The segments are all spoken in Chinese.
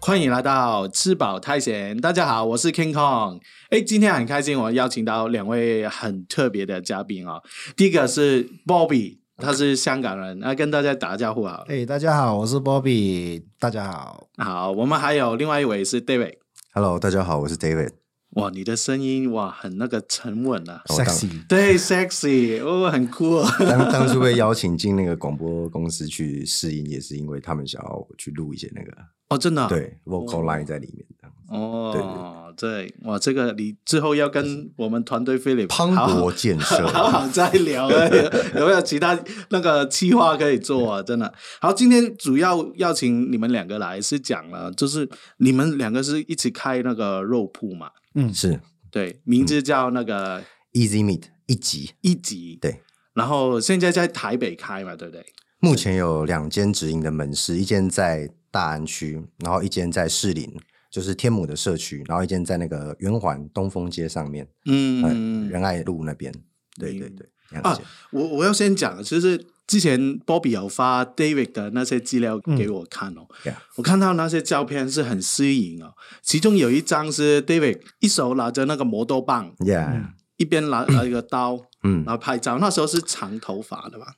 欢迎来到吃饱太闲。大家好，我是 King Kong。哎，今天很开心，我邀请到两位很特别的嘉宾哦。第一个是 Bobby，他是香港人，那、跟大家打个招呼啊好了。哎、大家好，我是 Bobby，大家好好，我们还有另外一位是 David。 Hello，大家好，我是 David。哦哇，你的声音哇，很那个沉稳啊，我当，sexy，对，sexy，哦，很酷、哦。当当初被邀请进那个广播公司去试音，也是因为他们想要我去录一些那个、哦，真啊的、，对 vocal 哦 line 在里面这样子，哦，对，哇，这个你之后要跟我们团队 Philip 磅好好礴建设。好好再聊啊，有有没有其他那个计划可以做啊？真的。好，今天主要邀请你们两个来是讲了，就是你们两个是一起开那个肉铺嘛？嗯是对，名嗯字叫那个 Easy Meet 一集，一级。对。然后现在在台北开嘛，对不对？目前有两间直营的门市，一间在大安区，然后一间在士林，就是天母的社区，然后一间在那个圆环东风街上面，嗯，嗯，仁爱路那边。对对对，嗯两啊间。我我要先讲，就是之前 Bobby 有发 David 的那些资料给我看哦，嗯 Yeah 我看到那些照片是很吸引哦，其中有一张是 David 一手拿着那个磨豆棒，嗯 Yeah，一边拿拿一个刀，嗯然，后拍照。那时候是长头发的吧？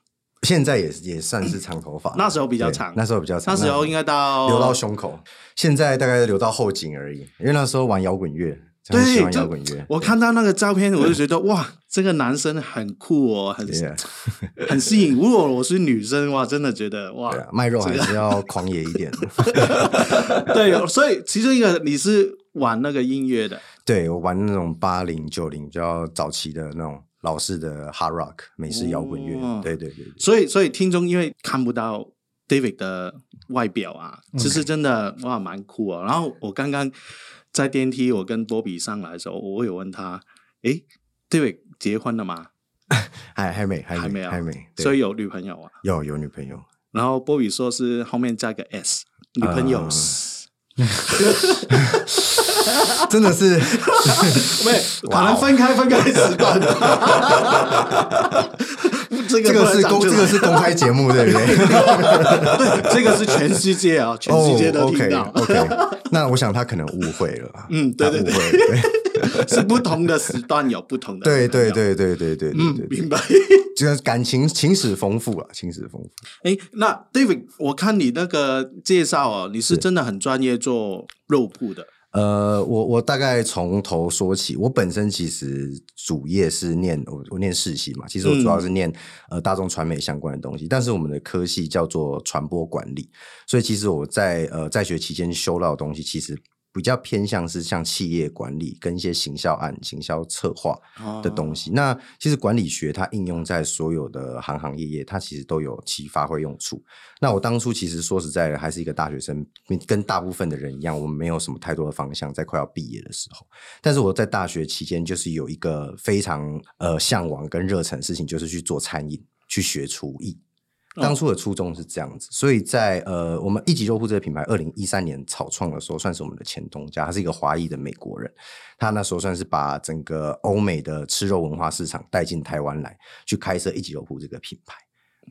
现在也也算是长头发了，哎那时候比较哦对长那时候比较长，那时候应该哦到留到胸口，现在大概留到后颈而已。因为那时候玩摇滚乐，很喜对，欢就摇滚乐。我看到那个照片，我就觉得哇，这个男生很酷哦，很 Yeah， 很吸引。如果我是女生哇，真的觉得哇对，啊，卖肉还是要狂野一 点。对，所以其中一个你是玩那个音乐的，对我玩那种八零九零比较早期的那种老式的 hard rock 美式摇滚哦乐。对对对对所以所以听众因为看不到 David 的外表啊，其实真的哇蛮酷啊。然后我刚刚在电梯，我跟波比上来的时候，我有问他，诶 d a v i d 结婚了吗？还还没还还没没有还没，对所以有女朋友啊？有有女朋友。然后波比说是后面加个 s，女朋友啊 s 啊真的是，没有可哦能分开分开时段 的。 这这不个能是讲公出来这个是公开节目，对不对？ 对， 这个是全世界啊，全世界都听到，哦 OK，那 我想他可能误会了吧。嗯对对他误会了对。是不同的时段有不同的。对对，对对对对对嗯对，，明白。就是感情情史丰富啊，情史丰富。哎，那 David，我看你那个介绍哦，你是真的很专业做肉铺的。呃，我我大概从头说起。我本身其实主业是念我我念世系嘛，其实我主嗯要是念、呃大众传媒相关的东西，但是我们的科系叫做传播管理，所以其实我在呃在学期间修到的东西，其实比较偏向是像企业管理跟一些行销案、行销策划哦的东西。那其实管理学它应用在所有的行行业业，它其实都有其发挥用处。那我当初其实说实在的，还是一个大学生，跟大部分的人一样，我们没有什么太多的方向，在快要毕业的时候。但是我在大学期间，就是有一个非常呃向往跟热忱的事情，就是去做餐饮，去学厨艺。哦当初的初衷是这样子，所以在呃，我们一级肉铺这个品牌，二零一三年草创的时候，算是我们的前东家。他是一个华裔的美国人，他那时候算是把整个欧美的吃肉文化市场带进台湾来，去开设一级肉铺这个品牌。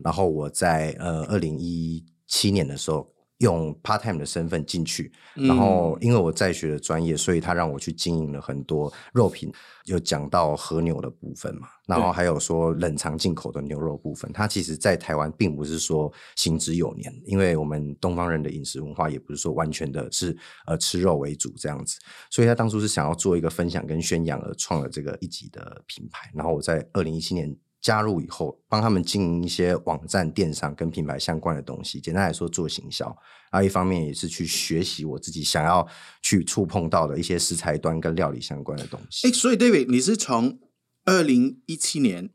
然后我在呃二零一七年的时候，用 part time 的身份进去，哦然嗯后因为我在学的专业，所以他让我去经营了很多肉品，有讲到和牛的部分嘛，然后还有说冷藏进口的牛肉部分，它其实在台湾并不是说行之有年，因为我们东方人的饮食文化也不是说完全的是呃吃肉为主这样子，所以他当初是想要做一个分享跟宣扬而创了这个一级的品牌。然后我在二零一七年加入以后，帮他们经营一些网站、电商跟品牌相关的东西。简单来说，做行销。然后一方面也是去学习我自己想要去触碰到的一些食材端跟料理相关的东哎，西。所以 David，你是从二零一七年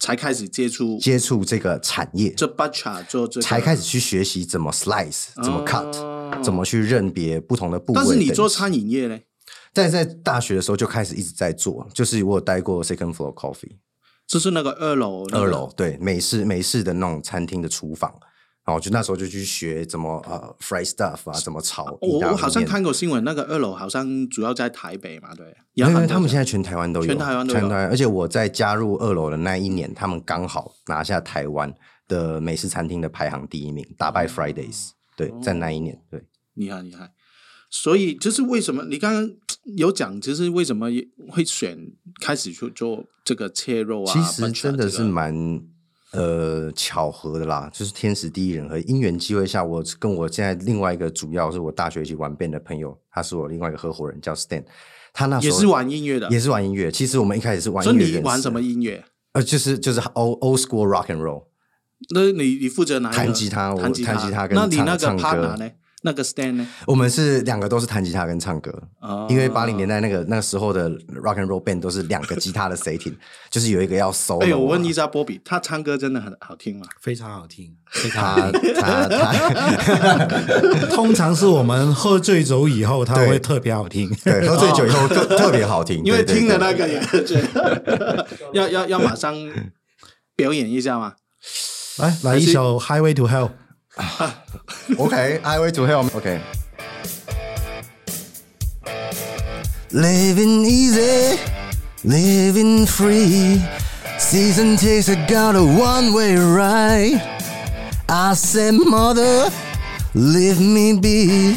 才开始接触接触这个产业，这 butcher 做这个才开始去学习怎么 slice、怎么 cut、哦怎么去认别不同的部位但等级。是你做餐饮业嘞，但在大学的时候就开始一直在做，就是我有待过 Second Floor Coffee，就是那个二楼，那个二楼，对美式美式的那种餐厅的厨房，然后就那时候就去学怎么呃 fry stuff 啊，怎么炒意我大利面。我好像看过新闻，那个二楼好像主要在台北嘛，对，没因有，因为他们现在全台湾都有，全台湾都有全台湾而且我在加入二楼的那一年，他们刚好拿下台湾的哦美式餐厅的排行第一名，打败 Fridays、对，在那一年，对，厉害厉害。所以就是为什么你刚刚有讲，就是为什么会选开始去做这个切肉啊？其实 butcher 真的这是个蛮呃巧合的啦，就是天时地利人和，因缘机会下，我跟我现在另外一个主要是我大学一起玩 band 的朋友，他是我另外一个合伙人，叫 Stan，他那时也候是玩音乐的，也是玩音乐。其实我们一开始是玩所音以乐你认玩识什的么？音乐？呃，就是就是 old old school rock and roll。那你你负责哪一个？弹吉他我弹吉他，弹吉他跟那你那个唱唱歌 partner 呢？那个 stand 呢？我们是两个都是弹吉他跟唱歌，哦因为八零年代那个那个时候的 rock and roll band 都是两个吉他的 setting，就是有一个要 solo、啊。哎呦，我问一下波比，他唱歌真的很好听吗？非常好听。他他他，通常是我们喝醉酒以后，它对会特别好听。对，喝醉酒以后特特别好听，哦因为对对听对了那个也 觉得 要要要马上表演一下嘛。 来来一首《Highway to Hell》。 OK，Highway to Hell。OK。Living easy, living free. Season tickets I got a one-way ride. I said, Mother, leave me be.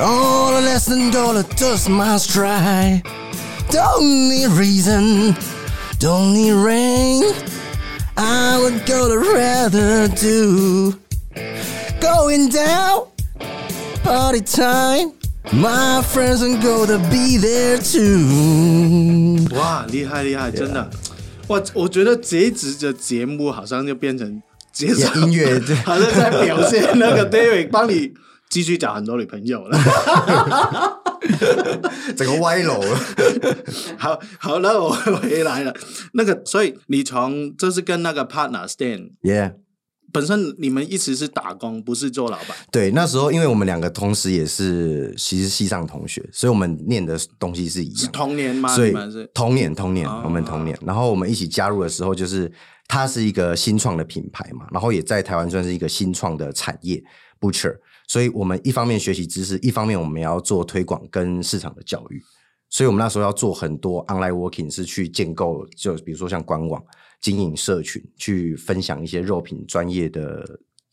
All the less than dollar just my stride. Don't need reason, don't need rain. I would go to rather do going down. Party time. My friends are gonna be there too. 哇，厉害厉啊害，真的！哇，我觉得这一集的节目好像就变成介绍音乐 好像在表现那个 David 帮你继续找很多女朋友了。整个歪楼了。 好好，那我回来了。那个，所以你从这是跟那个 partner Stan Yeah，本身你们一直是打工，不是做老板。对，那时候因为我们两个同时也是其实系上同学，所以我们念的东西是一是样的。童年吗？所你以们是同年同年哦，我们同年，然后我们一起加入的时候，就是它是一个新创的品牌嘛，然后也在台湾算是一个新创的产业 butcher，所以我们一方面学习知识，一方面我们也要做推广跟市场的教育，所以我们那时候要做很多 online working，是去建构，就比如说像官网、经营社群，去分享一些肉品专业的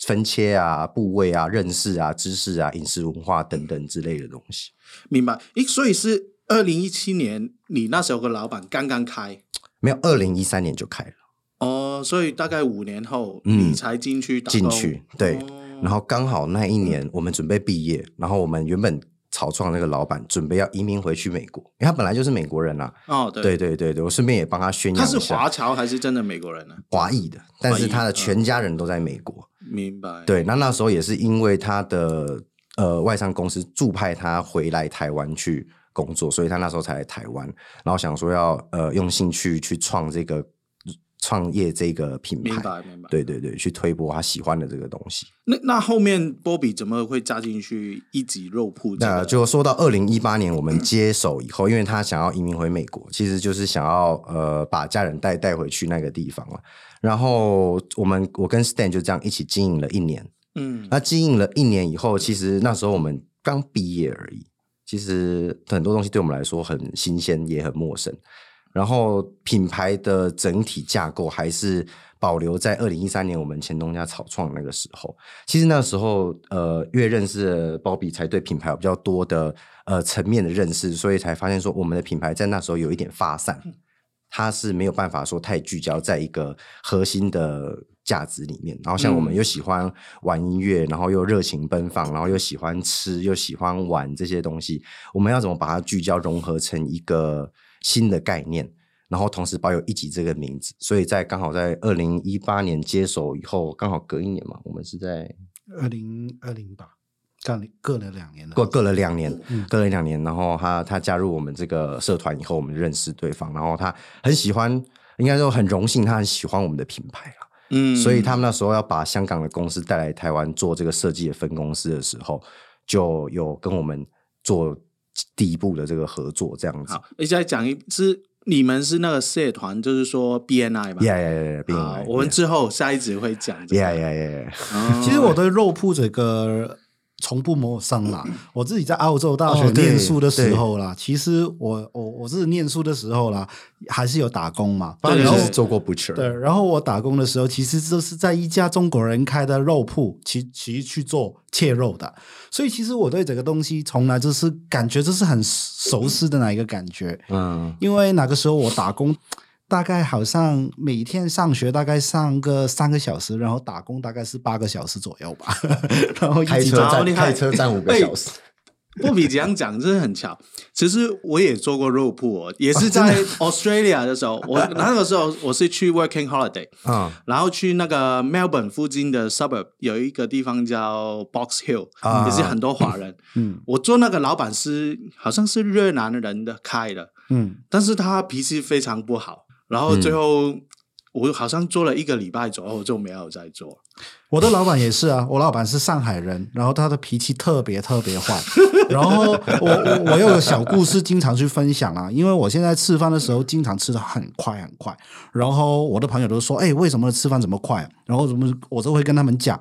分切啊、部位啊、认识啊、知识啊、饮食文化等等之类的东西。明白？诶，所以是二零一七年，你那时候的老板刚刚开没有，二零一三年就开了。哦，所以大概五年后、嗯你才进去打进工去，对。哦然后刚好那一年我们准备毕业，然后我们原本草创那个老板准备要移民回去美国，因为他本来就是美国人啦、啊哦，对，对对对对，我顺便也帮他宣他扬是一下华侨还是真的美国人呢、华裔的，但华是裔他的嗯全家人都在美国。明白？，对，那那时候也是因为他的呃外商公司助派他回来台湾去工作，所以他那时候才来台湾，然后想说要呃用兴趣去创这个创业这个品明牌。白，明白。对对对，去推波他喜欢的这个东西。那那后面波比怎么会加进去一级肉铺、这个？那就说到二零一八年我们接手以后，因为他想要移民回美国，其实就是想要呃把家人带带回去那个地方了。然后我们我跟 Stan 就这样一起经营了一年。嗯，那经营了一年以后，其实那时候我们刚毕业而已，其实很多东西对我们来说很新鲜，也很陌生。然后品牌的整体架构还是保留在二零一三年我们前东家草创那个时候。其实那时候，呃，越认识了鲍比，才对品牌有比较多的呃层面的认识，所以才发现说我们的品牌在那时候有一点发散，它是没有办法说太聚焦在一个核心的价值里面。然后像我们嗯又喜欢玩音乐，然后又热情奔放，然后又喜欢吃，又喜欢玩这些东西，我们要怎么把它聚焦融合成一个新的概念？然后同时保有一级这个名字，所以在刚好在二零一八年接手以后，刚好隔一年嘛，我们是在二零二零吧，干了隔了两年了。过隔了两年嗯，隔了两年，然后他他加入我们这个社团以后，我们认识对方，然后他很喜欢，应该说很荣幸，他很喜欢我们的品牌啦嗯，所以他们那时候要把香港的公司带来台湾做这个设计的分公司的时候，就有跟我们做第一步的这个合作，这样子。好，你再讲一是你们是那个社团，就是说 BNI 吧？ Yeah, yeah, yeah, yeah, 并好，来我们之后下一集会讲这个。 yeah, yeah, yeah, yeah. 哦其实我对肉铺这个从不抹伤啦。我自己在澳洲大学哦对念书的时候啦，其实我我我是念书的时候啦，还是有打工嘛。对然你后是做过 butcher，对，然后我打工的时候，其实就是在一家中国人开的肉铺，其其实去做切肉的，所以其实我对这个东西从来就是感觉就是很熟悉的那一个感觉。嗯，因为那个时候我打工，大概好像每天上学大概上个三个小时，然后打工大概是八个小时左右吧， 然后一开直车啊到好站厉害开车站五个哎小时，波比这样讲真的很巧。其实我也做过肉铺、哦，也是在 Australia 的时候，我那个时候我是去 working holiday，嗯然后去那个 Melbourne 附近的 suburb 有一个地方叫 Box Hill，、啊也是很多华人。嗯我做那个老板是好像是越南人的开的，嗯但是他脾气非常不好，然后最后、我好像做了一个礼拜左右就没有再做。我的老板也是啊，我老板是上海人，然后他的脾气特别特别坏。然后我我我有个小故事，经常去分享啊，因为我现在吃饭的时候经常吃的很快很快，然后我的朋友都说，哎，为什么吃饭这么快、啊？然后怎么我就会跟他们讲。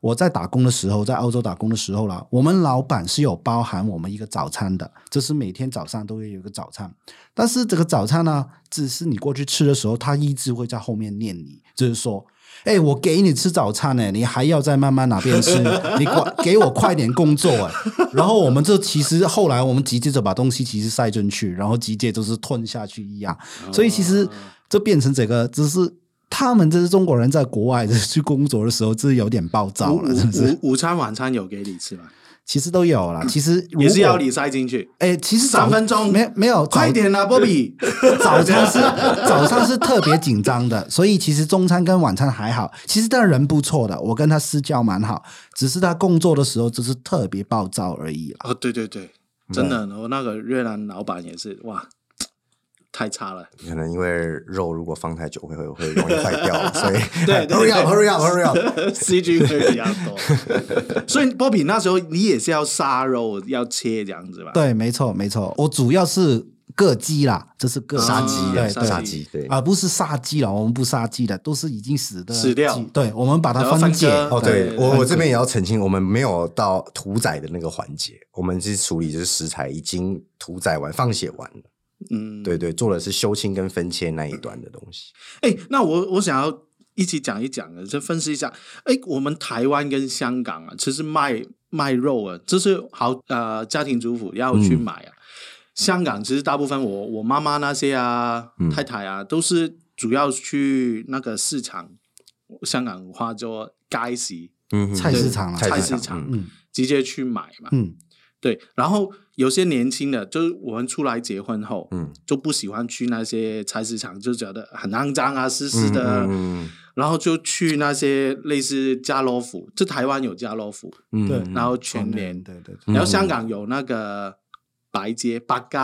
我在打工的时候，在澳洲打工的时候啦，我们老板是有包含我们一个早餐的，就是每天早上都会有一个早餐。但是这个早餐呢，只是你过去吃的时候，他一直会在后面念你，就是说，哎、我给你吃早餐呢、你还要再慢慢哪 边吃，你快给我快点工作哎、然后我们这其实后来我们直接就把东西其实塞进去，然后直接就是吞下去一样，哦所以其实这变成整个只是。他们这是中国人在国外去工作的时候，这是有点暴躁午了，是不是？午午午餐晚餐有给你吃吗？其实都有啦，其实如也是要果你塞进去，哎，其实早3分钟没没有快早啊点啦，波比。早餐是 早上是特别紧张的，所以其实中餐跟晚餐还好。其实他人不错的，我跟他私交蛮好，只是他工作的时候就是特别暴躁而已啦。哦，对对对，真的，我那个越南老板也是，哇，太差了。可能因为肉如果放太久会会会容易坏掉，所以 对对对 hurry up hurry up hurry up， CG 会比较多，所以波比那时候你也是要杀肉，要切这样子吧？，对，没错没错，我主要是个鸡啦，这是个杀啊鸡嗯对杀对。杀鸡，对，啊，不是杀鸡了，我们不杀鸡的，都是已经死的死掉鸡对，我们把然它后分分解。割哦，对对对我我这边也要澄清，我们没有到屠宰的那个环节，我们是处理就是食材已经屠宰完、放血完了。嗯，对对，做的是修清跟分切那一端的东西。哎，那我我想要一起讲一讲的，就分析一下。哎，我们台湾跟香港啊，其实卖卖肉啊，就是好呃，家庭主妇要去买啊。嗯香港其实大部分我我妈妈那些啊，嗯太太啊，都是主要去那个市场，香港话叫街市，嗯哼菜市场啊对菜菜市市场场，嗯嗯直接去买嘛。嗯，对，然后有些年轻的，就是我们出来结婚后，嗯，就不喜欢去那些菜市场，就觉得很肮脏啊，湿湿的。啊嗯嗯然后就去那些类似家乐福，就台湾有家乐福，嗯嗯对然后全全联，对对对，嗯然后香港有那个白街、八街，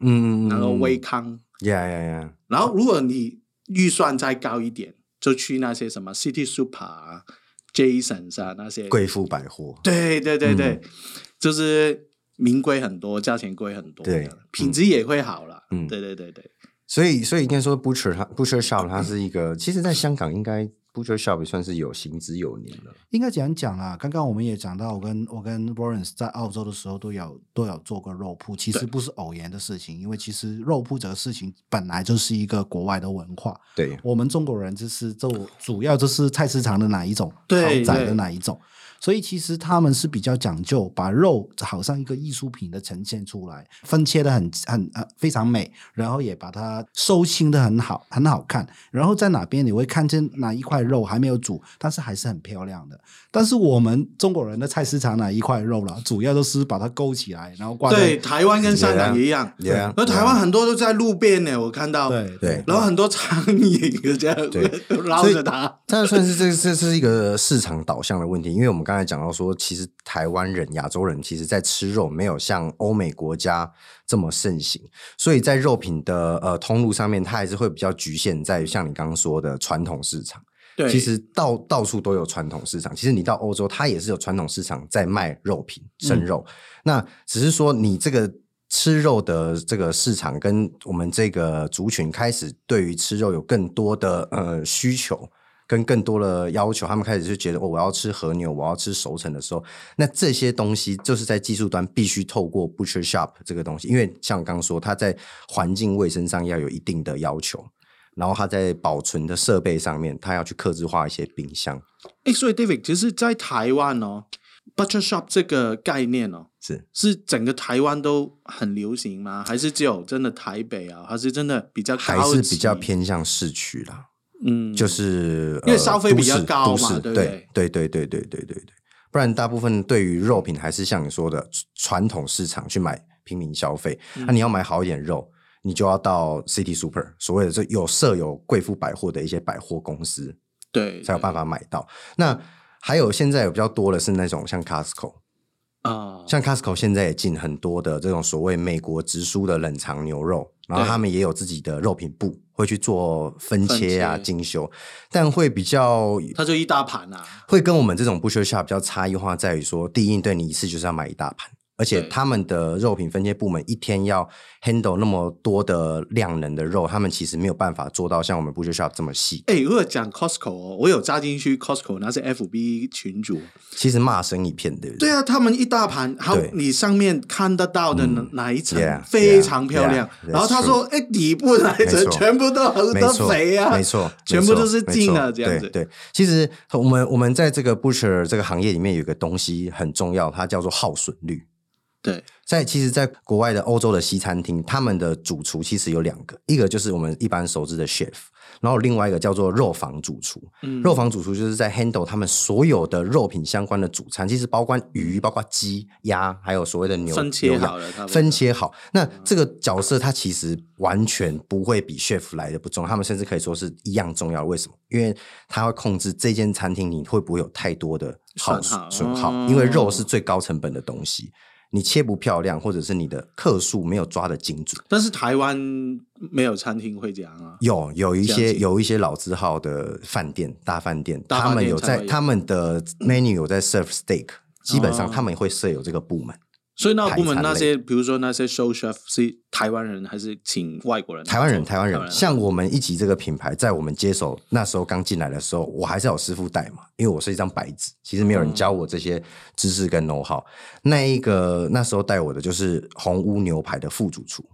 嗯嗯，嗯然后威微康。呀呀呀，然后如果你预算再高一点，就去那些什么 City Super 啊、Jasons 啊那些。贵妇百货，对对对对，嗯就是名贵很多，价钱贵很多，对这样品质也会好了。嗯对对对对，所以所以应该说 butcher 它 butcher shop 它是一个，其实在香港应该 butcher shop 也算是有行之有年了。应该讲讲啦，刚刚我们也讲到，我跟我跟 Lawrence 在澳洲的时候都有都有做过肉铺，其实对不是偶然的事情，因为其实肉铺这个事情本来就是一个国外的文化，对，我们中国人就是就主要就是菜市场的哪一种，对豪宅的对哪一种，所以其实他们是比较讲究把肉好像一个艺术品的呈现出来，分切的很很呃非常美，然后也把它收清的很好，很好看。然后在哪边你会看见哪一块肉还没有煮，但是还是很漂亮的。但是我们中国人的菜市场哪一块肉了，主要都是把它勾起来，然后挂在对，台湾跟香港也一样。对啊，而台湾很多都在路边呢，我看到。对对然后很多苍蝇这对 样捞着它。当然算是这这是一个市场导向的问题，因为我们刚才讲到说，其实台湾人、亚洲人其实在吃肉没有像欧美国家这么盛行，所以在肉品的呃通路上面，它还是会比较局限在于像你刚刚说的传统市场。对，其实到到处都有传统市场。其实你到欧洲，它也是有传统市场在卖肉品、生肉。那只是说你这个吃肉的这个市场跟我们这个族群开始对于吃肉有更多的呃需求。跟更多的要求，他们开始就觉得哦，我要吃和牛，我要吃熟成的时候，那这些东西就是在技术端必须透过 butcher shop 这个东西，因为像刚说，它在环境卫生上要有一定的要求，然后它在保存的设备上面，它要去克制化一些冰箱，哎，所以 David，其实，在台湾哦，butcher shop 这个概念哦，是是整个台湾都很流行吗？还是只有真的台北啊？还是真的比较还高是级比较偏向市区啦。嗯，就是因为呃消费比较都市高都嘛市对对不对对对对对对对，不然大部分对于肉品还是像你说的传统市场去买平民消费。嗯那、你要买好一点肉，你就要到 City Super 所谓的这有设有贵妇百货的一些百货公司对才有办法买到。那还有现在有比较多的是那种像 Costco，啊，像 Costco 现在也进很多的这种所谓美国直输的冷藏牛肉，然后对他们也有自己的肉品部，会去做分分切啊、切精修，但会比较它就一大盘啊，会跟我们这种 butcher shop 比较差异化，在于说，第一，对你一次就是要买一大盘，而且对他们的肉品分切部门一天要 handle 那么多的量能的肉，他们其实没有办法做到像我们 butcher shop 这么细。哎，如果讲 Costco 哦，我有扎进去 Costco，那是 FB 群主，其实骂声一片，对不对？啊，他们一大盘，还有对嗯你上面看得到的哪哪一层 Yeah，非常漂亮 yeah，that's 然后他说，哎，底部哪一没层错全部都没都错，肥啊，没错， 全部没错都是进了没错这样子对，对其实我们我们在这个 butcher 这个行业里面有一个东西很重要，它叫做耗损率。对，在其实，在国外的欧洲的西餐厅，他们的主厨其实有两个，一个就是我们一般熟知的 chef，然后另外一个叫做肉房主厨。嗯肉房主厨就是在 handle 他们所有的肉品相关的主餐，其实包括鱼、包括鸡、鸭，还有所谓的牛分切牛羊好了，差不多分切好。那这个角色他其实完全不会比 chef 来的不重要，他们甚至可以说是一样重要。为什么？因为他会控制这间餐厅你会不会有太多的耗损耗损耗，哦因为肉是最高成本的东西。你切不漂亮，或者是你的克数没有抓的精准，但是台湾没有餐厅会这样啊，有有一这样些子有一些老字号的饭店、大饭店，大饭店他们有嗯才在会有他们的 menu 有在 serve steak，基本上哦他们会设有这个部门。所以那个部门排餐那类些，比如说那些 show chef 是台湾人还是请外国人来做？台湾人，台湾人，像我们一级这个品牌，在我们接手那时候刚进来的时候，我还是有师傅带嘛，因为我是一张白纸，其实没有人教我这些知识跟 know how。那一个那时候带我的就是红屋牛排的副主厨，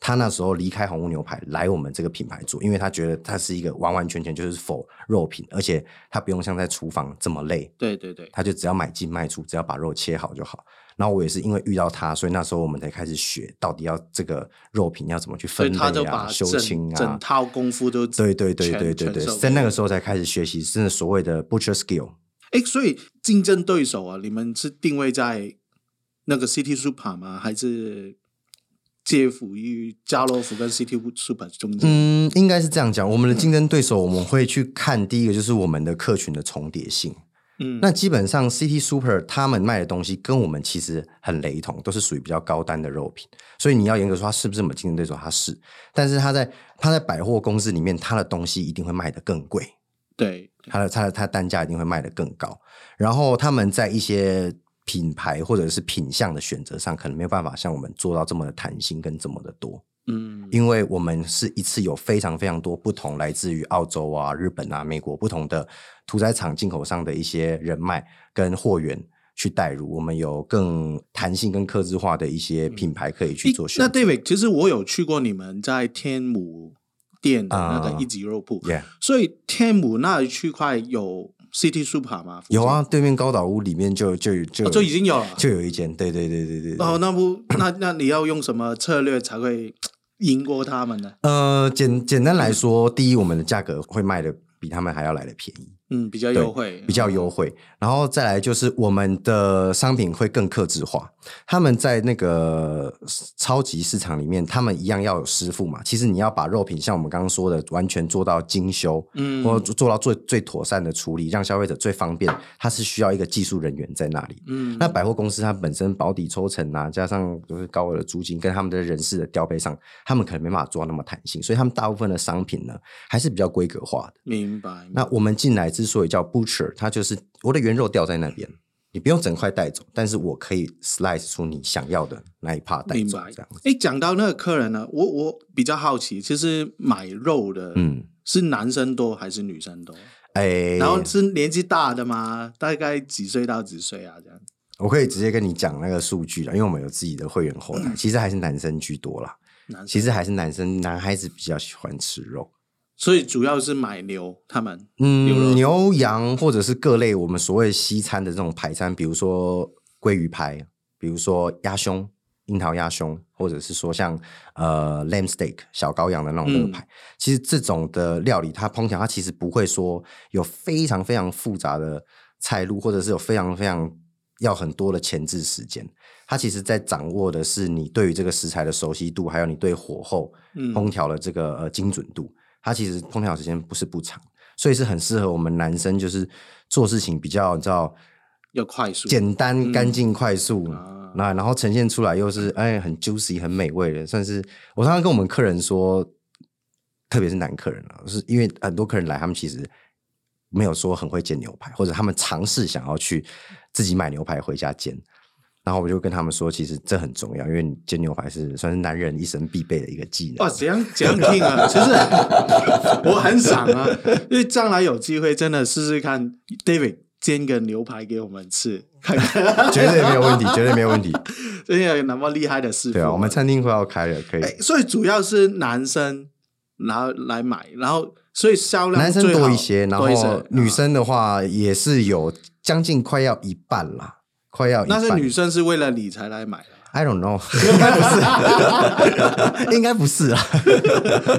他那时候离开红屋牛排来我们这个品牌做，因为他觉得他是一个完完全全就是否肉品，而且他不用像在厨房这么累，对对对，他就只要买进卖出，只要把肉切好就好。然后我也是因为遇到他，所以那时候我们才开始学到底要这个肉品要怎么去所以分他就类把啊、修整清整啊。套功夫都对对对全对对全对收，在给那个你时候才开始学习，真的所谓的 butcher skill。哎，所以竞争对手啊，你们是定位在那个 City Super 吗？还是介乎于家乐福跟 City Super 中间？嗯，应该是这样讲。我们的竞争对手，我们会去看第一个就是我们的客群的重叠性。嗯，那基本上 CT Super 他们卖的东西跟我们其实很雷同，都是属于比较高单的肉品，所以你要严格说它是不是我们竞争对手，它是，但是它在它在百货公司里面，它的东西一定会卖得更贵，对，它的它的它单价一定会卖得更高，然后他们在一些品牌或者是品相的选择上，可能没有办法像我们做到这么的弹性跟这么的多。嗯，因为我们是一次有非常非常多不同来自于澳洲啊、日本啊、美国不同的屠宰场进口商的一些人脉跟货源去带入，我们有更弹性跟克制化的一些品牌可以嗯去诶做选择。那 David，其实我有去过你们在天母店的那啊个一级肉铺， Yeah 所以天母那一区块有 City Super 吗？有啊，，对面高岛屋里面就就就哦、有就已经有了。就有一间，对对对对对对哦，那不那那你要用什么策略才会赢过他们呢？呃，简简单来说，第一，我们的价格会卖的比他们还要来的便宜。嗯，比较对优惠，比较优惠。然后再来就是我们的商品会更克制化，他们在那个超级市场里面，他们一样要有师傅嘛。其实你要把肉品像我们刚刚说的，完全做到精修，嗯或做到最最妥善的处理，让消费者最方便，它是需要一个技术人员在那里。嗯，那百货公司它本身保底抽成啊，加上就是高额的租金跟他们的人事的调配上，他们可能没办法做到那么弹性，所以他们大部分的商品呢还是比较规格化的。明白。那我们进来之所以叫 butcher，它就是我的原肉掉在那边，你不用整块带走，但是我可以 slice 出你想要的那一 part 带明走白，这样子。哎，讲到那个客人呢，我我比较好奇，其实买肉的，嗯，是男生多还是女生多？哎，然后是年纪大的嘛，大概几岁到几岁啊？这样我可以直接跟你讲那个数据了，因为我们有自己的会员后嗯台，其实还是男生居多啦。男生，其实还是男生，男孩子比较喜欢吃肉，所以主要是买牛，他们牛肉嗯，牛羊或者是各类我们所谓西餐的这种排餐，比如说鲑鱼排，比如说鸭胸、樱桃鸭胸，或者是说像呃 lamb steak 小羔羊的那种热嗯排。其实这种的料理，它烹调它其实不会说有非常非常复杂的菜路，或者是有非常非常要很多的前置时间。它其实在掌握的是你对于这个食材的熟悉度，还有你对火候嗯烹调的这个呃精准度。它其实烹调时间不是不长，所以是很适合我们男生，就是做事情比较你知道要快速简单、干净、快速啊，那、然后呈现出来又是哎很 juicy、很美味的，算是我常常跟我们客人说，特别是男客人啊，是因为很多客人来，他们其实没有说很会煎牛排，或者他们尝试想要去自己买牛排回家煎。然后我就跟他们说，其实这很重要，因为你煎牛排是算是男人一生必备的一个技能哇，。怎样怎样听啊？ 其实我很想 啊，因为将来有机会真的试试看，David 煎个牛排给我们吃，看看绝对没有问题，绝对没有问题。真的有那么厉害的师傅。对啊，我们餐厅快要开了，可以。哎，所以主要是男生然后来买，然后所以销量男生最好多一些，然后多一些嗯女生的话也是有将近快要一半啦，快要一嗯那半。是女生是为了理财来买 的。 I don't know，应该不是， 应该不是啊。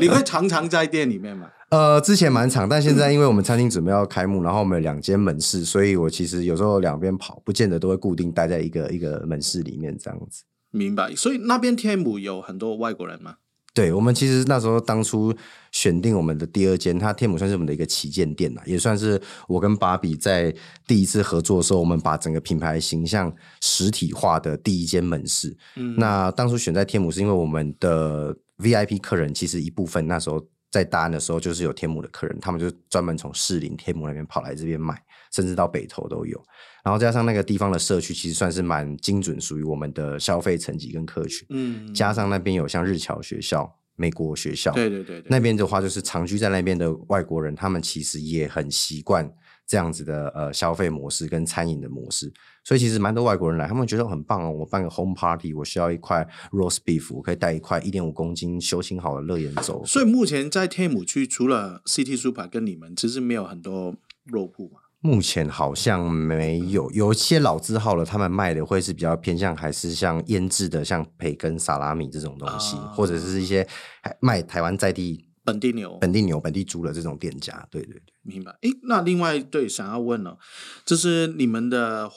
你会常常在店里面买？呃，之前蛮长，但现在因为我们餐厅准备要开幕，然后我们有两间门市，所以我其实有时候两边跑，不见得都会固定待在一个一个门市里面这样子。明白。所以那边天母有很多外国人嘛？对我们其实那时候当初选定我们的第二间，它天母算是我们的一个旗舰店啦，也算是我跟芭比在第一次合作的时候，我们把整个品牌形象实体化的第一间门市。嗯，那当初选在天母是因为我们的 VIP 客人其实一部分那时候在大安的时候就是有天母的客人，他们就专门从士林、天母那边跑来这边买，甚至到北投都有。然后加上那个地方的社区其实算是蛮精准，属于我们的消费层级跟客群。嗯，加上那边有像日侨学校、美国学校，对对对对，那边的话就是长居在那边的外国人，他们其实也很习惯这样子的呃消费模式跟餐饮的模式，所以其实蛮多外国人来，他们觉得很棒哦，我办个 home party，我需要一块 roast beef，我可以带一块一点五公斤修行好的乐眼肘。所以目前在天母区，除了 City Super 跟你们，其实没有很多肉铺嘛。目前好像没有，有一些老字号了，他们卖的会是比较偏向还是像腌制的，像培根、萨拉米这种东西，啊或者是一些还卖台湾在地本地牛，本地牛、本地猪的这种店家，对对对。明白？诶，那另外对，想要问了，就是你们的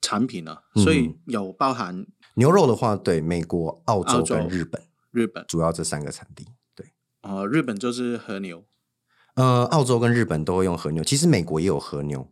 产品呢、嗯所以有包含牛肉的话，对美国、澳澳洲洲跟日本，日本，主要这三个产地。对，哦，日本就是和牛，呃，澳洲跟日本都会用和牛，其实美国也有和牛。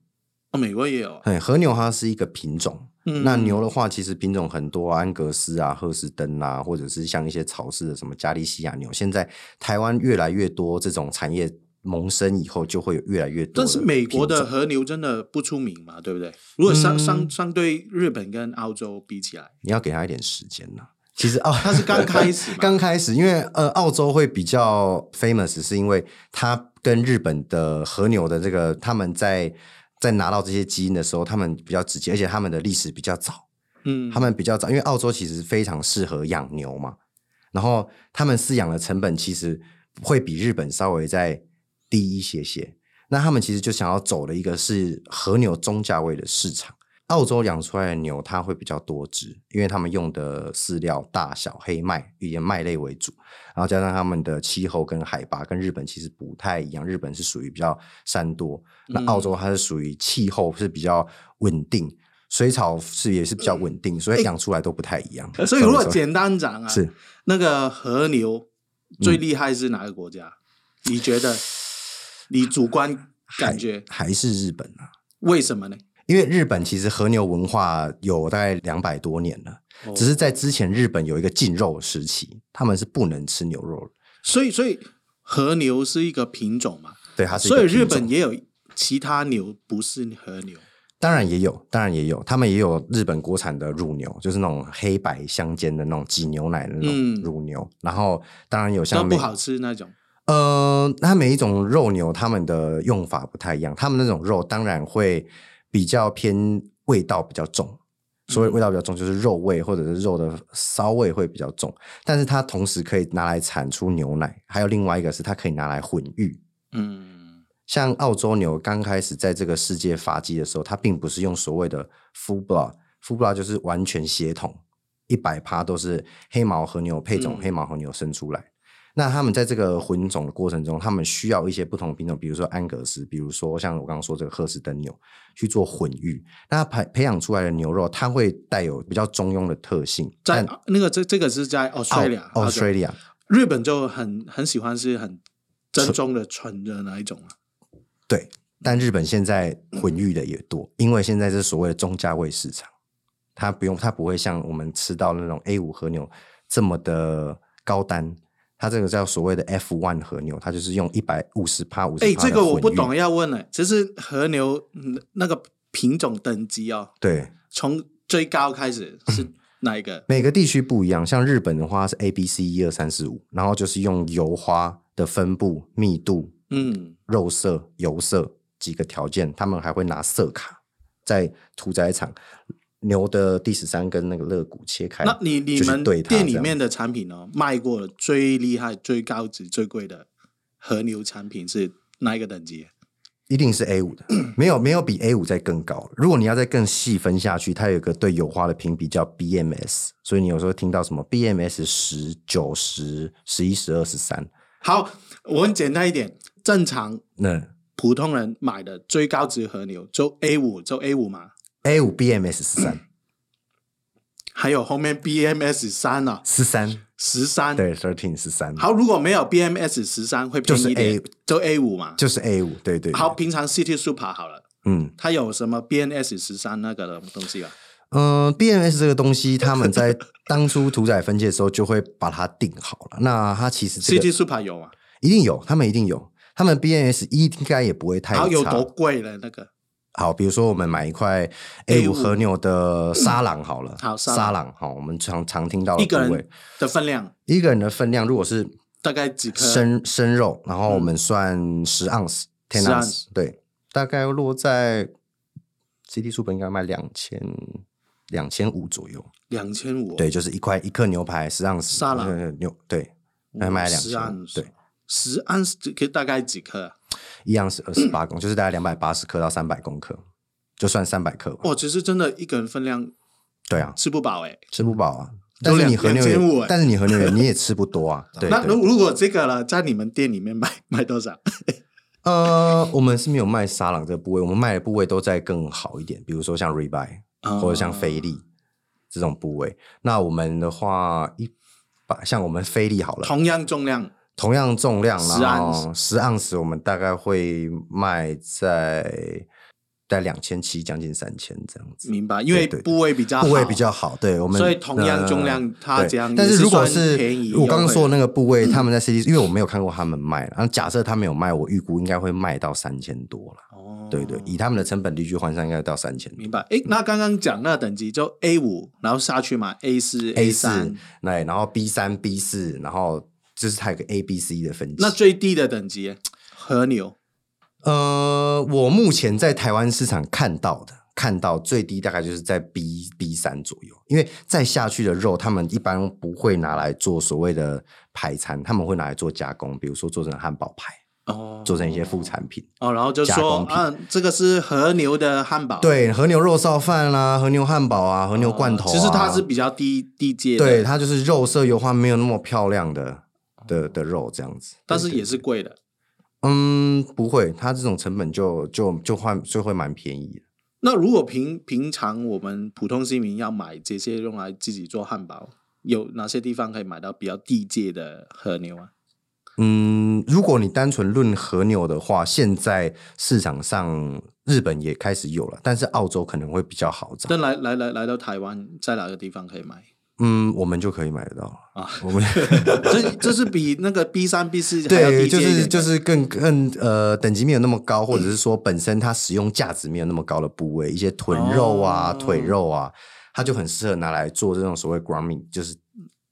哦，美国也有啊，哎，和牛它是一个品种，嗯那牛的话，其实品种很多、啊，安格斯啊、赫斯登啊，或者是像一些草饲的什么加利西亚牛，现在台湾越来越多这种产业萌生以后，就会有越来越但多的品是种。美国的和牛真的不出名嘛，对不对？如果相嗯相相对日本跟澳洲比起来，你要给他一点时间呐、其实哦澳它是刚开始嘛刚开始，因为呃，澳洲会比较 famous，是因为它跟日本的和牛的这个，他们在在拿到这些基因的时候，他们比较直接，而且他们的历史比较早，嗯，他们比较早，因为澳洲其实非常适合养牛嘛，然后他们饲养的成本其实会比日本稍微再低一些些。那他们其实就想要走的一个是和牛中价位的市场。澳洲养出来的牛，它会比较多汁，因为他们用的饲料大小黑麦，以麦类为主，然后加上他们的气候跟海拔跟日本其实不太一样，日本是属于比较山多，那嗯澳洲它是属于气候是比较稳定，水草是也是比较稳定，所以养出来都不太一样。呃所以如果所简单讲啊，是嗯那个和牛最厉害是哪个国家？你觉得？你主观感觉还是日本啊，为什么呢？因为日本其实和牛文化有大概两百多年了，哦只是在之前日本有一个禁肉时期，他们是不能吃牛肉的。所以所以和牛是一个品种嘛，对，它是一个所以品日种本也有其他牛不是和牛，当然也有，当然也有，他们也有日本国产的乳牛，就是那种黑白相间的那种挤牛奶的那嗯种乳牛。然后当然有那像美不好吃那种。呃，那每一种肉牛他们的用法不太一样，他们那种肉当然会比较偏味道比较重，所谓嗯味道比较重就是肉味或者是肉的骚味会比较重，但是它同时可以拿来产出牛奶，还有另外一个是它可以拿来混育。嗯像澳洲牛刚开始在这个世界发迹的时候，它并不是用所谓的 full blood，full blood 就是完全血统，一百趴都是黑毛和牛配种嗯黑毛和牛生出来。那他们在这个混种的过程中，他们需要一些不同品种，比如说安格斯，比如说像我刚刚说这个赫斯登牛去做混育。那培培养出来的牛肉，它会带有比较中庸的特性。在但那个这这个是在 Australia，澳那种哦 Australia 日本就很很喜欢是很正宗的纯的那一种啊对，但日本现在混育的也多，因为现在是所谓的中价位市场，它不用，它不会像我们吃到那种 A 五和牛这么的高单，它这个叫所谓的 F one 和牛，它就是用一百五十帕五十。哎、这个我不懂，。要问了、其实和牛嗯那个品种等级哦，对，从最高开始嗯是哪一个？每个地区不一样，像日本的话是 A B C 一二三四五，然后就是用油花的分布、密度、嗯，肉色、油色几个条件，他们还会拿色卡在屠宰场牛的第十三根那个肋骨切开。那你你哎就是们对它店这里样面的产品哦，卖过最厉害、最高值、最贵的和牛产品是哪一个等级？一定是 A 五的，没有没有比 A 五再更高。如果你要再更细分下去，它有一个对油花的评比叫 BMS，所以你有时候听到什么 BMS 十九十十一十二十三，好，我很简单一点，正常那普通人买的最高值和牛就 A 五，就 A 五嘛， A 五 BMS 十三还有后面 BMS 三啊，十三，十三。对，thirteen 十三，好，如果没有 BMS 十三会便宜一点，就 A 五嘛。就是 A 五，对对，对好，，平常 City Super 好了，嗯它有什么 BNS 十三那个的东西吧？嗯，BMS 这个东西，他们在当初屠宰分界的时候就会把它定好了。那它其实这个 City Super 有啊，一定有，他们一定有，他们 BMS 应该也不会太然后有差多贵了那个？好，比如说我们买一块 A A5 五和牛的沙朗好了，好沙朗沙朗好，我们常常听到的一个部人位，的分量一个人的分量如果是大概几颗？生生肉，然后我们算十盎司，ten 10盎司，对，大概落在 CD 书本应该卖两千两千五左右，两千五，对，，就是一块一克牛排十盎司，沙朗呃牛对，大概卖两十千，盎对，，十盎司可以大概几克啊？一样是二十八公，就是大概两百八十克到三百公克，就算三百克吧，哦，其实真的一个人分量对啊，吃不饱哎。吃不饱啊。都但是两你和牛2500欸也，但是你和牛 也你也吃不多啊。对，那对如如果这个了，在你们店里面卖卖多少？呃，我们是没有卖沙朗这个部位，我们卖的部位都在更好一点，比如说像 ribeye 或者像菲力啊这种部位。那我们的话，一把像我们菲力好了，同嗯同样重量，样重量， 10然后十盎司，我们大概会卖在在两千七，将近三千这样子。明白？因为对对部位比较好部位比较好，对我们，所以同样呃重量它对这样但也是如果算便宜哦我刚刚说优惠的那个部位，他们在 CD，因为我没有看过他们卖， 然后假设他们有卖，我预估应该会卖到三千多了。哦对嗯对，以他们的成本率去换算，应该到三千多。明白。诶，那刚刚讲那等级就 A 五，然后下去嘛，A 四、 A 四三，，那然后 B 三、B 四，然后就是它有个 A、B、C 的分级。那最低的等级和牛呃，我目前在台湾市场看到的，看到最低大概就是在 B B 三左右，因为再下去的肉，他们一般不会拿来做所谓的排餐，他们会拿来做加工，比如说做成汉堡排，哦，做成一些副产品。哦，然后就加说工品啊，这个是和牛的汉堡，对，和牛肉臊饭啦、和牛汉堡啊，和哦，牛罐头、啊其实它是比较低低阶的，对，，它就是肉色油花没有那么漂亮的的的肉这样子，但是对对也是贵的。嗯不会，它这种成本就就就换就会蛮便宜的。那如果平平常我们普通市民要买这些用来自己做汉堡，有哪些地方可以买到比较低阶的和牛啊？嗯，如果你单纯论和牛的话，现在市场上日本也开始有了，但是澳洲可能会比较好找。但来来来来到台湾，在哪个地方可以买？嗯，我们就可以买得到了。啊， 我 们这这是比那个 B 三 B 四还要对，低就阶一是点就是更更呃等级没有那么高，或者是说本身它使用价值没有那么高的部位，一些臀肉啊、哦腿肉啊，它就很适合拿来做这种所谓 grooming，就是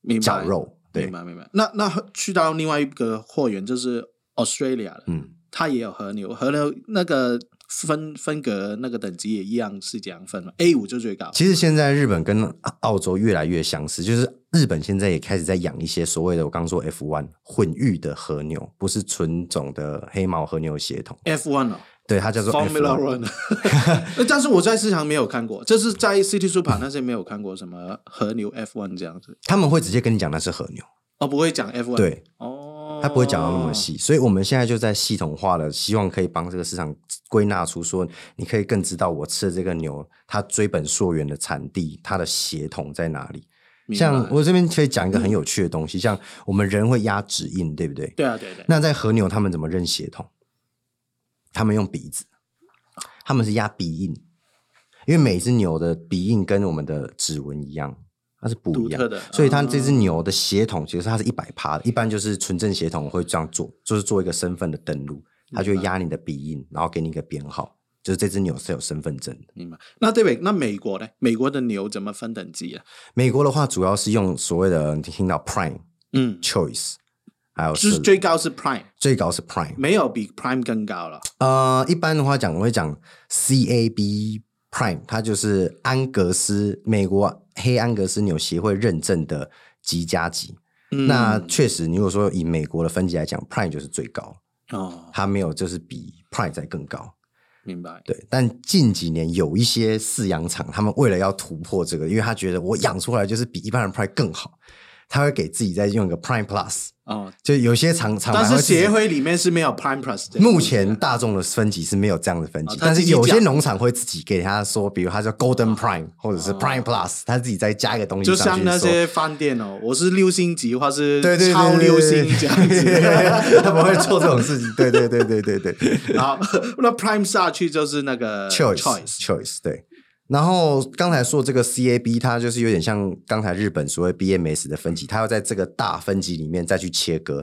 明白绞肉。对明白明白。那那去到另外一个货源就是 Australia 了，嗯，它也有和牛，和牛那个分分隔那个等级也一样是这样分嘛？A 五就最高，其实现在日本跟澳洲越来越相似，就是日本现在也开始在养一些所谓的我刚刚说 F one 混育的和牛，不是纯种的黑毛和牛血统， F one 哦对，它叫做 F1 Formula One，但 是我在市场没有看过，就是在 City Super 那些没有看过什么和牛 F one 这样子，他们会直接跟你讲那是和牛，哦，不会讲 F one，，对，哦，他不会讲到那么细，所以我们现在就在系统化了，希望可以帮这个市场归纳出说，你可以更知道我吃的这个牛，它追本溯源的产地，它的血统在哪里。明白，像我这边可以讲一个很有趣的东西，像我们人会压指印，对不对？对啊对对，那在和牛他们怎么认血统？他们用鼻子，他们是压鼻印，因为每只牛的鼻印跟我们的指纹一样，它是不一独样特的所以它哦这只牛的血统其实它是一百趴的，一般就是纯正血统会这样做，就是做一个身份的登录，它就会压你的鼻印，然后给你一个编号，就是这只牛是有身份证的。明白。那对北那美国呢？美国的牛怎么分等级啊？美国的话主要是用所谓的你听到 prime、嗯， choice，还有就是是最高是 Prime，最高是 prime，没有比 Prime 更高了。呃，一般的话讲，我会讲 CAB Prime，它就是安格斯美国黑安格斯牛协会认证的级加级。嗯那确实，你如果说以美国的分级来讲，Prime 就是最高，哦，它没有就是比 Prime 再更高。明白。对，但近几年有一些饲养场，他们为了要突破这个，因为他觉得我养出来就是比一般人 Prime 更好，他会给自己再用一个 Prime Plus，哦，就有些厂厂牌但会是自己协会里面是没有 Prime Plus 的。目前大众的分级是没有这样的分级，哦他但自是己有些讲农场会自己给他说，比如他叫 Golden Prime、或者是 Prime Plus，他自己再加一个东西就上像去那说些饭店哦，我是六星级或是对对对超对六对星对这样 子。对他们会做这种事情，对对对对对对然后 那 Prime 下去就是那个，choice choice， choice 对。然后刚才说这个 CAB，它就是有点像刚才日本所谓 BMS 的分级，它要在这个大分级里面再去切割。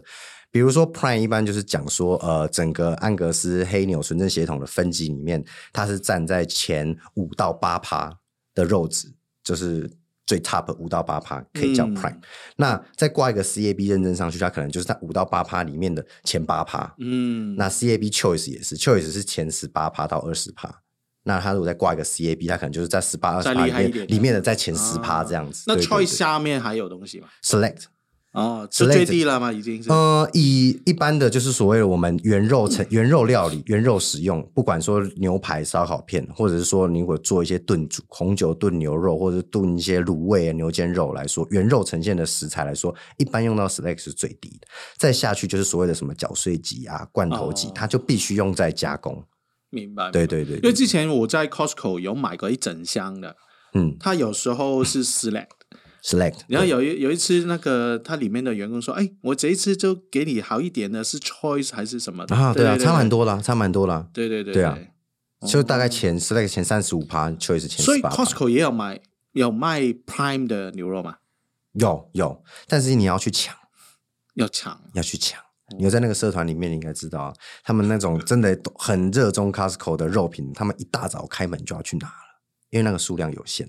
比如说 Prime 一般就是讲说，呃，整个安格斯黑牛纯正血统的分级里面，它是站在前五到八趴的肉质，就是最 top 五到八趴可以叫嗯 Prime。那再挂一个 CAB 认证上去，它可能就是在五到八趴里面的前八趴。嗯，那 CAB choice 也是，choice 是前十八趴到二十趴。那他如果再挂一个 CAB，他可能就是在十八、二十再趴厉里害一面点里面的在前十趴啊这样子。那对 choice 下面还有东西吗？对对 select，哦，是 Select 最低了吗？已经是呃，以一般的就是所谓的我们原肉嗯成原肉料理、原肉使用，不管说牛排、烧烤片，或者是说你如果做一些炖煮、红酒炖牛肉，或者炖一些卤味、啊牛肩肉来说，原肉呈现的食材来说，一般用到 select 是最低的，再下去就是所谓的什么绞碎机啊、罐头机，哦它就必须用在加工。明白。对明白。对对因为对，之前我在 Costco 有买过一整箱的，嗯它有时候是 select， ，select，然后有一有一次，那个它里面的员工说：“哎，我这一次就给你好一点的，是 choice 还是什么的啊，对啊，差蛮。对多啦，差蛮多啦，对对对对啊就大概前 select 前三十五趴，choice 前所以18趴 Costco 也有买有卖 Prime 的牛肉嘛，有有，但是你要去抢。要抢要去抢。你有在那个社团里面，你应该知道啊，他们那种真的都很热衷 Costco 的肉品，他们一大早开门就要去拿了，因为那个数量有限，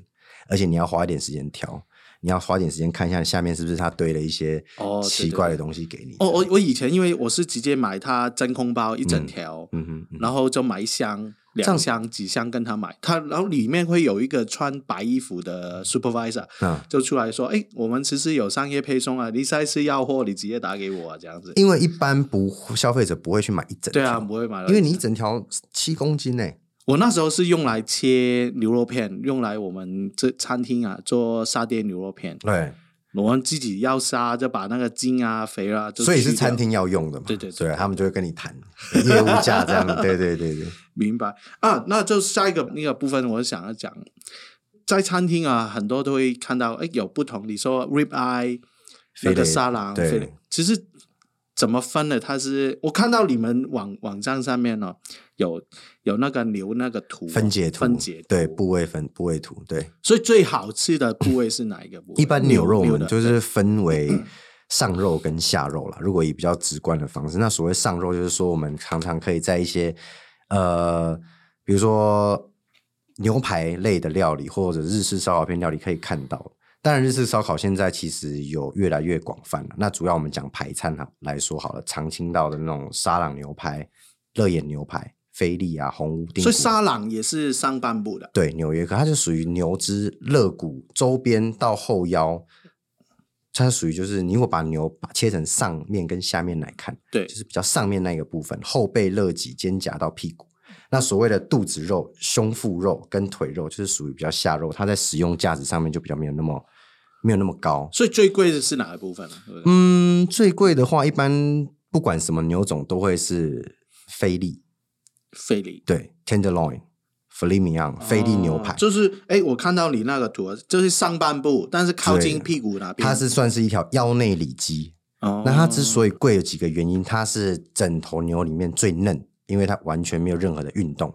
而且你要花一点时间挑，你要花一点时间看一下下面是不是他堆了一些哦对奇怪的东西给你。哦。我我以前因为我是直接买它真空包一整条，嗯哼，嗯哼然后就买一箱、这样两箱、几箱跟他买，他然后里面会有一个穿白衣服的 supervisor 那就出来说：“哎，我们其实有商业配送啊，你下一次要货你直接打给我啊，这样子。因为一般不消费者不会去买一整”条，对啊，不会买了，因为你一整条七公斤呢、我那时候是用来切牛肉片，用来我们这餐厅啊做沙爹牛肉片。对，我们自己要杀，就把那个筋啊、肥啊，就所以是去掉餐。厅要用的嘛，对对对对，他们就会跟你谈 业务价这样，对对对对，明白啊？那就下一个那个部分，我想要讲，在餐厅啊，很多都会看到，哎，有不同。你说 rib eye 那个 Fillet，沙朗，对 fillet，其实怎么分的？它是我看到你们网网站上面哦，有有那个牛那个图分解图，分解图对部位分部位图，对。所以最好吃的部位是哪一个部位？一般牛肉我牛们的就是分为上肉跟下肉 啦。如果以比较直观的方式，那所谓上肉就是说我们常常可以在一些呃，比如说牛排类的料理或者日式烧烤片料理可以看到。当然，日式烧烤现在其实有越来越广泛了。那主要我们讲排餐哈来说好了，常青道的那种沙朗牛排、热眼牛排、菲力啊、红屋丁骨所啊，以沙朗也是上半部的，对，纽约客，它就属于牛只肋骨周边到后腰，它属于就是你如果把牛把切成上面跟下面来看，对就是比较上面那个部分，后背、肋脊、肩胛到屁股。那所谓的肚子肉、胸腹肉跟腿肉，就是属于比较下肉，它在使用价值上面就比较没有那么没有那么高。所以最贵的是哪个部分呢、对不对嗯，最贵的话，一般不管什么牛种都会是菲力，菲力。对，tenderloin、菲力米昂、菲力牛排哦。就是哎，我看到你那个图，啊就是上半部，但是靠近屁股那边。它是算是一条腰内里脊。哦，那它之所以贵有几个原因，它是整头牛里面最嫩，因为它完全没有任何的运动，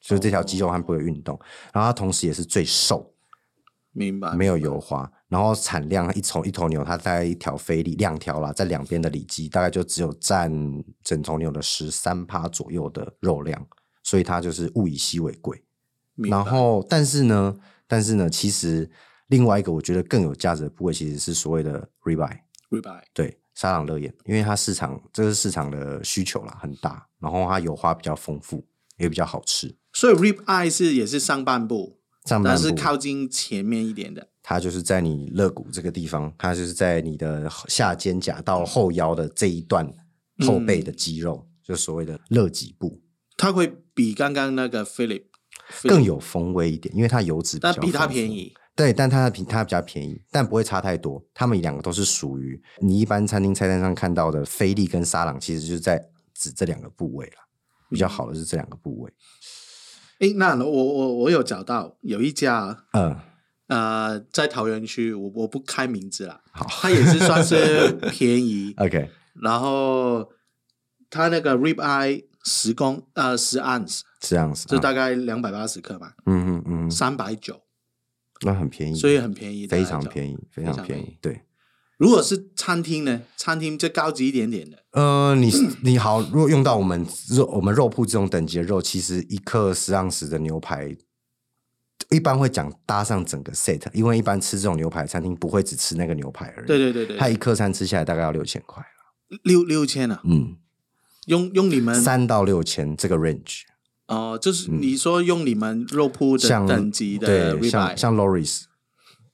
所以这条肌肉它不会有运动。然后它同时也是最瘦，明白没有油花。然后产量一头一头牛，它大概一条菲力两条啦，在两边的里脊大概就只有占整头牛的十三趴左右的肉量，所以它就是物以稀为贵。明白然后，但是呢，但是呢，其实另外一个我觉得更有价值的部位，其实是所谓的 ribeye。明白对，沙朗热眼，因为它市场这个市场的需求啦很大，然后它油花比较丰富，也比较好吃。所以 rib eye 是也是上半部，上半但是部靠近前面一点的。它就是在你肋骨这个地方，它就是在你的下肩胛到后腰的这一段嗯后背的肌肉，就所谓的肋脊部，它会比刚刚那个 Philip 更，有风味一点，因为它油脂比较但比它丰富便。宜。对，但它的比它比较便宜，但不会差太多。它们两个都是属于你一般餐厅菜单上看到的菲力跟沙朗，其实就是在指这两个部位啦。比嗯较好的是这两个部位。诶，那我我我有找到有一家嗯，呃，在桃园区，我我不开名字啦，它也是算是便 宜， OK，然后它那个 rib eye 十公呃十 ounce 这样子，就啊大概两百八十克嘛，嗯嗯嗯，三百九，那很便宜，所以很便宜，非常宜。便宜，非非常常便便宜宜。对，如果是餐厅呢，餐厅就高级一点点的，呃，你你好，如果用到我们肉我们肉铺这种等级的肉，其实一克十盎司的牛排，一般会讲搭上整个 set，因为一般吃这种牛排餐厅不会只吃那个牛排而已。对对对它对，一克餐吃下来大概要六千块了六六千啊，嗯，用用你们三到六千这个 range，哦，就是你说用你们肉铺的像等级的对， rib 像 eye，像 Loris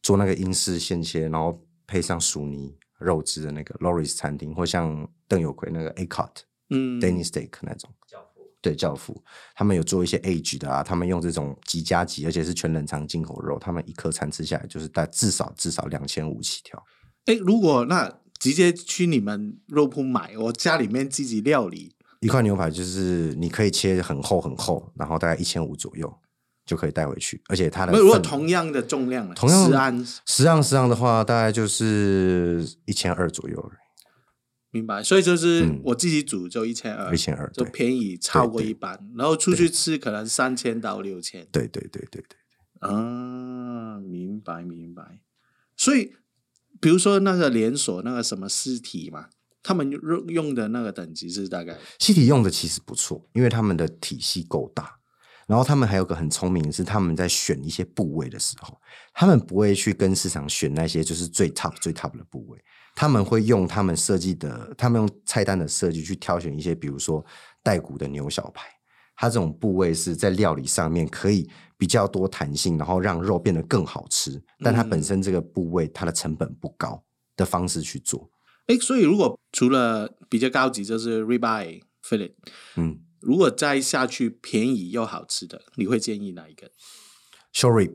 做那个英式现切，然后配上薯泥肉汁的那个 Loris 餐厅，或像邓有奎那个 A Cut，嗯 Danny Steak 那种教父，对教父，他们有做一些 age 的啊，他们用这种几加几，而且是全冷藏进口肉，他们一颗餐吃下来就是大至少至少两千五起跳。哎，如果那直接去你们肉铺买，我家里面自己料理，一块牛排就是你可以切很厚很厚，然后大概一千五左右就可以带回去，而且它的那如果份同样的重量呢，同样十安，十盎十盎的话，大概就是一千二左右而明白？所以就是嗯我自己煮就一千二已，，一千二呃就对便宜超过对一半，然后出去吃可能三千到六千对对对对对，啊，明白明白。所以比如说那个连锁那个什么尸体嘛，他们用用的那个等级是大概西体用的其实不错，因为他们的体系够大。然后他们还有个很聪明的是，他们在选一些部位的时候，他们不会去跟市场选那些就是最 top 最 top 的部位，他们会用他们设计的，他们用菜单的设计去挑选一些，比如说带骨的牛小排，它这种部位是在料理上面可以比较多弹性，然后让肉变得更好吃，但它本身这个部位它的成本不高的方式去做，哎，所以如果除了比较高级就是 ribeye fillet，嗯。如果再下去便宜又好吃的，你会建议哪一个 s h o r rib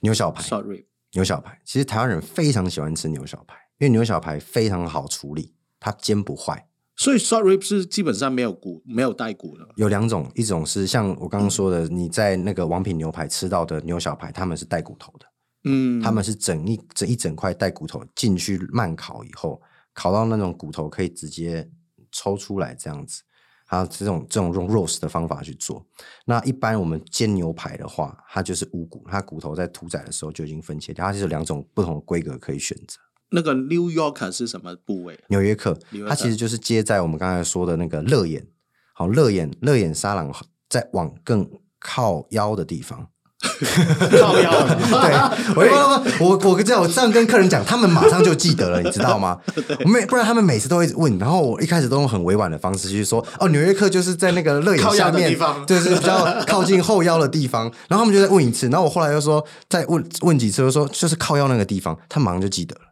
牛小排， ？short rib 牛小排，其实台湾人非常喜欢吃牛小排，因为牛小排非常好处理，它煎不坏。所以 short rib 是基本上没有骨，没有带骨的。有两种，一种是像我刚刚说的，你在那个王品牛排吃到的牛小排，他们是带骨头的，嗯，他们是整一整一整块带骨头进去慢烤以后，烤到那种骨头可以直接抽出来这样子。它这种这种用 roast 的方法去做。那一般我们煎牛排的话，它就是无骨，它骨头在屠宰的时候就已经分切掉，它是有两种不同的规格可以选择。那个 New Yorker 是什么部位？纽约客纽约，客它其实就是接在我们刚才说的那个乐眼，好乐眼乐眼沙朗再往更靠腰的地方，靠腰啊，对，我我我我这样我这样跟客人讲，他们马上就记得了，你知 道吗？每不然他们每次都会问，然后我一开始都用很委婉的方式去说，哦，纽约客就是在那个乐眼靠腰下的地面方，就是比较靠近后腰的地方，然后他们就在问一次，然后我后来又说再问问几次，就说就是靠腰那个地方，他马上就记得了，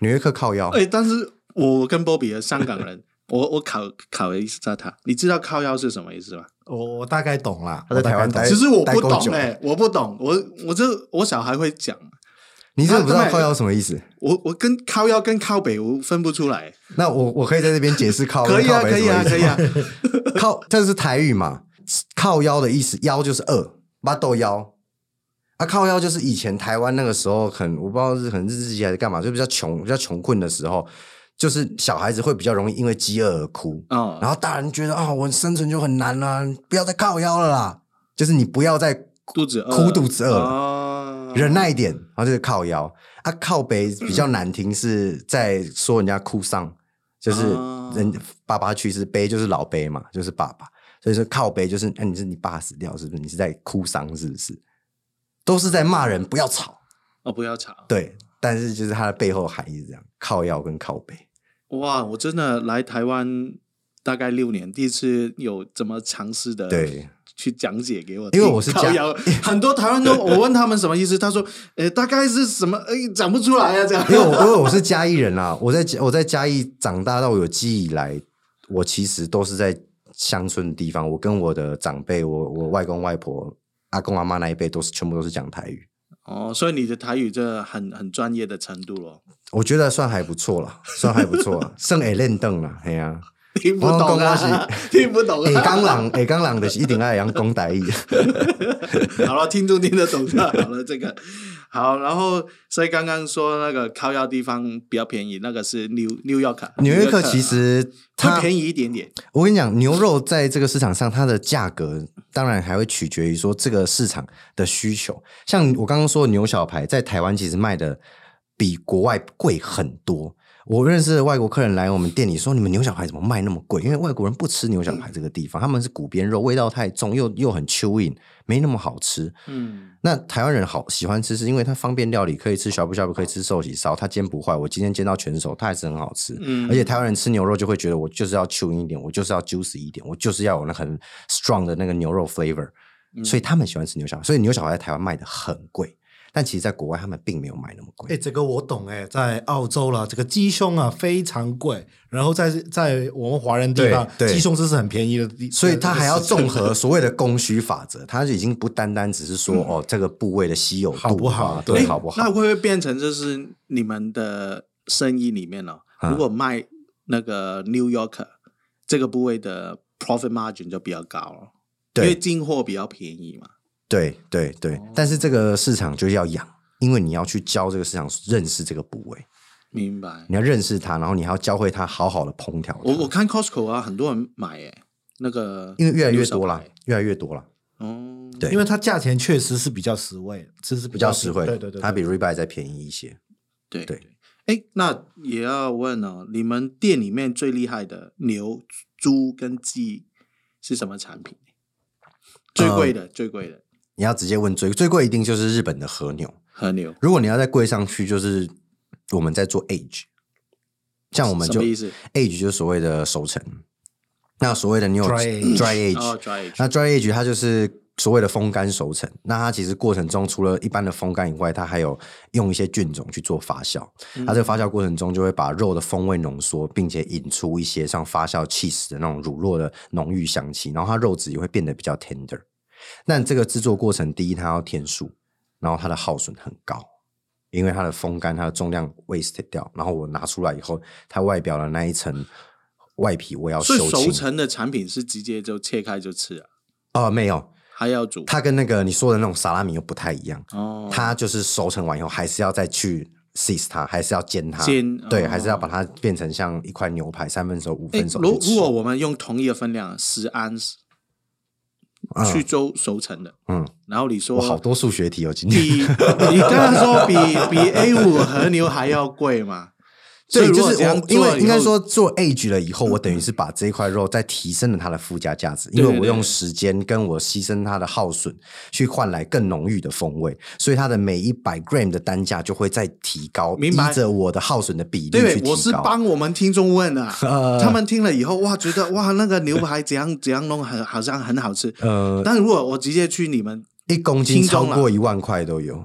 纽约客靠腰，哎、但是我跟波比的香港人， 我我考考了一下他，你知道靠腰是什么意思吗？我我大概懂啦，他在我大台概湾懂待哎其实我不代购懂酒哎、我不懂，我我这我小孩会讲，你是不是不知他道他们靠腰什么意思？我我跟靠腰跟靠北我分不出来，那我我可以在这边解释靠，可以啊，靠北可以啊，什么可意以思啊， 靠，这是台语嘛？靠腰的意思，腰就是二，八豆腰。啊，靠腰就是以前台湾那个时候很，我不知道是很日治期还是干嘛，就比较穷、比较穷困的时候，就是小孩子会比较容易因为饥饿而哭，哦，然后大人觉得啊、我生存就很难啦、不要再靠腰了啦，就是你不要再肚子饿，哭肚子饿了哦忍耐一点，然后就是靠腰啊，靠北比较难听，是在说人家哭丧，就是啊人爸爸去世，悲就是老悲嘛，就是爸爸，所以说靠悲就是，哎、你是你爸死掉是不是？你是在哭丧是不是？都是在骂人，不要吵，哦，不要吵，对，但是就是它的背后含义是这样，靠腰跟靠背，哇，我真的来台湾大概六年，第一次有这么尝试的对去讲解给我因听，为我是靠讲腰，很多台湾人， 我问他们什么意思，他说，呃，大概是什么，哎，讲不出来啊， 这样，因为我因为我是嘉义人啊啦，我在我在嘉义长大到有记忆以来，我其实都是在乡村的地方。我跟我的长辈，我我外公外婆、阿公阿妈那一辈，都是全部都是讲台语。哦，所以你的台语这很很专业的程度咯，我觉得算还不错啦，算还不错啦，剩会练凳啦，哎呀、 听不懂我讲啊我， 听不懂会啊。讲人会讲人就是一定爱讲讲台语。 好了，听众听得懂就 好了。这个好，然后所以刚刚说那个靠药地方比较便宜，那个是纽纽约客，纽约客其实它会便宜一点点。我跟你讲，牛肉在这个市场上，它的价格当然还会取决于说这个市场的需求。像我刚刚说的牛小排，在台湾其实卖的比国外贵很多。我认识的外国客人来我们店里说：“你们牛小排怎么卖那么贵？”因为外国人不吃牛小排这个地方，他们是骨边肉，味道太重，又又很蚯蚓，没那么好吃。嗯，那台湾人好喜欢吃，是因为它方便料理，可以吃小不小不，可以吃寿喜烧，它煎不坏。我今天煎到全熟，它还是很好吃。嗯而且台湾人吃牛肉就会觉得我就是要 chew 一点，我就是要 juicy 一点，我就是要有那很 strong 的那个牛肉 flavor，、所以他们喜欢吃牛小排，所以牛小排在台湾卖的很贵，但其实在国外他们并没有卖那么哎、贵。这个我懂哎、在澳洲啦，这个鸡胸啊非常贵，然后在在我们华人地方，对对鸡胸这是很便宜的地，呃所以它还要这个市综合所谓的供需法则，它已经不单单只是说、哦这个部位的稀有度好不好啊哎对，好不好？那会不会变成就是你们的生意里面哦？啊如果卖那个 New Yorker 这个部位的 profit margin 就比较高了，对因为进货比较便宜嘛。对对对，但是这个市场就是要养，因为你要去教这个市场认识这个部位，明白。你要认识它，然后你还要教会它好好的烹调它。我我看 Costco 啊，很多人买诶、那个因为越来越多牛啦小排，越来越多啦，哦，对呃因为它价钱确实是比较实惠，这是比比较实惠，对对对，它对比 Rebuy 再便宜一些。对对。哎，那也要问哦，你们店里面最厉害的牛、猪跟鸡是什么产品？最呃贵的，最贵的你要直接问最最贵一定就是日本的和牛，和牛，如果你要再贵上去，就是我们在做 age，像我们什就么意思？ age 就是所谓的熟成，那所谓的你有嗯 Dry dry age，哦，dry age，那 dry age 它就是所谓的风干熟成，那它其实过程中除了一般的风干以外，它还有用一些菌种去做发酵。嗯它这个发酵过程中就会把肉的风味浓缩，并且引出一些像发酵 cheese 的那种乳酪的浓郁香气，然后它肉质也会变得比较 tender。但这个制作过程，第一它要天数，然后它的耗损很高。因为它的风干，它的重量 waste 掉，然后我拿出来以后，它外表的那一层外皮我要所收以熟清。成的产品是直接就切开就吃啊，啊、没有，还要煮它跟那个你说的那种萨拉米又不太一样，哦，它就是熟成完以后还是要再去 seas 它，还是要煎它，煎对，哦还是要把它变成像一块牛排三分熟、五哎，分熟如去吃。如果我们用同一个分量，十安士嗯去做熟成的，嗯，然后你说我好多数 学题哦，今天比你刚才说比比 A 五和牛还要贵嘛？所以 对，如就果是这样我，做因以为后嗯应该说做 age 了以后，我等于是把这一块肉再提升了它的附加价值，因对为对我对用时间跟我牺牲它的耗损去换来更浓郁的风味，所以它的每一百 gram 的单价就会再提高，明白依着我的耗损的比例去对提，高。我是帮我们听众问的， 呃他们听了以后哇，觉得哇那个牛排怎样怎样弄，很好像很好吃。呃但如果我直接去你们，一公斤轻超重啊啦过一万块都有。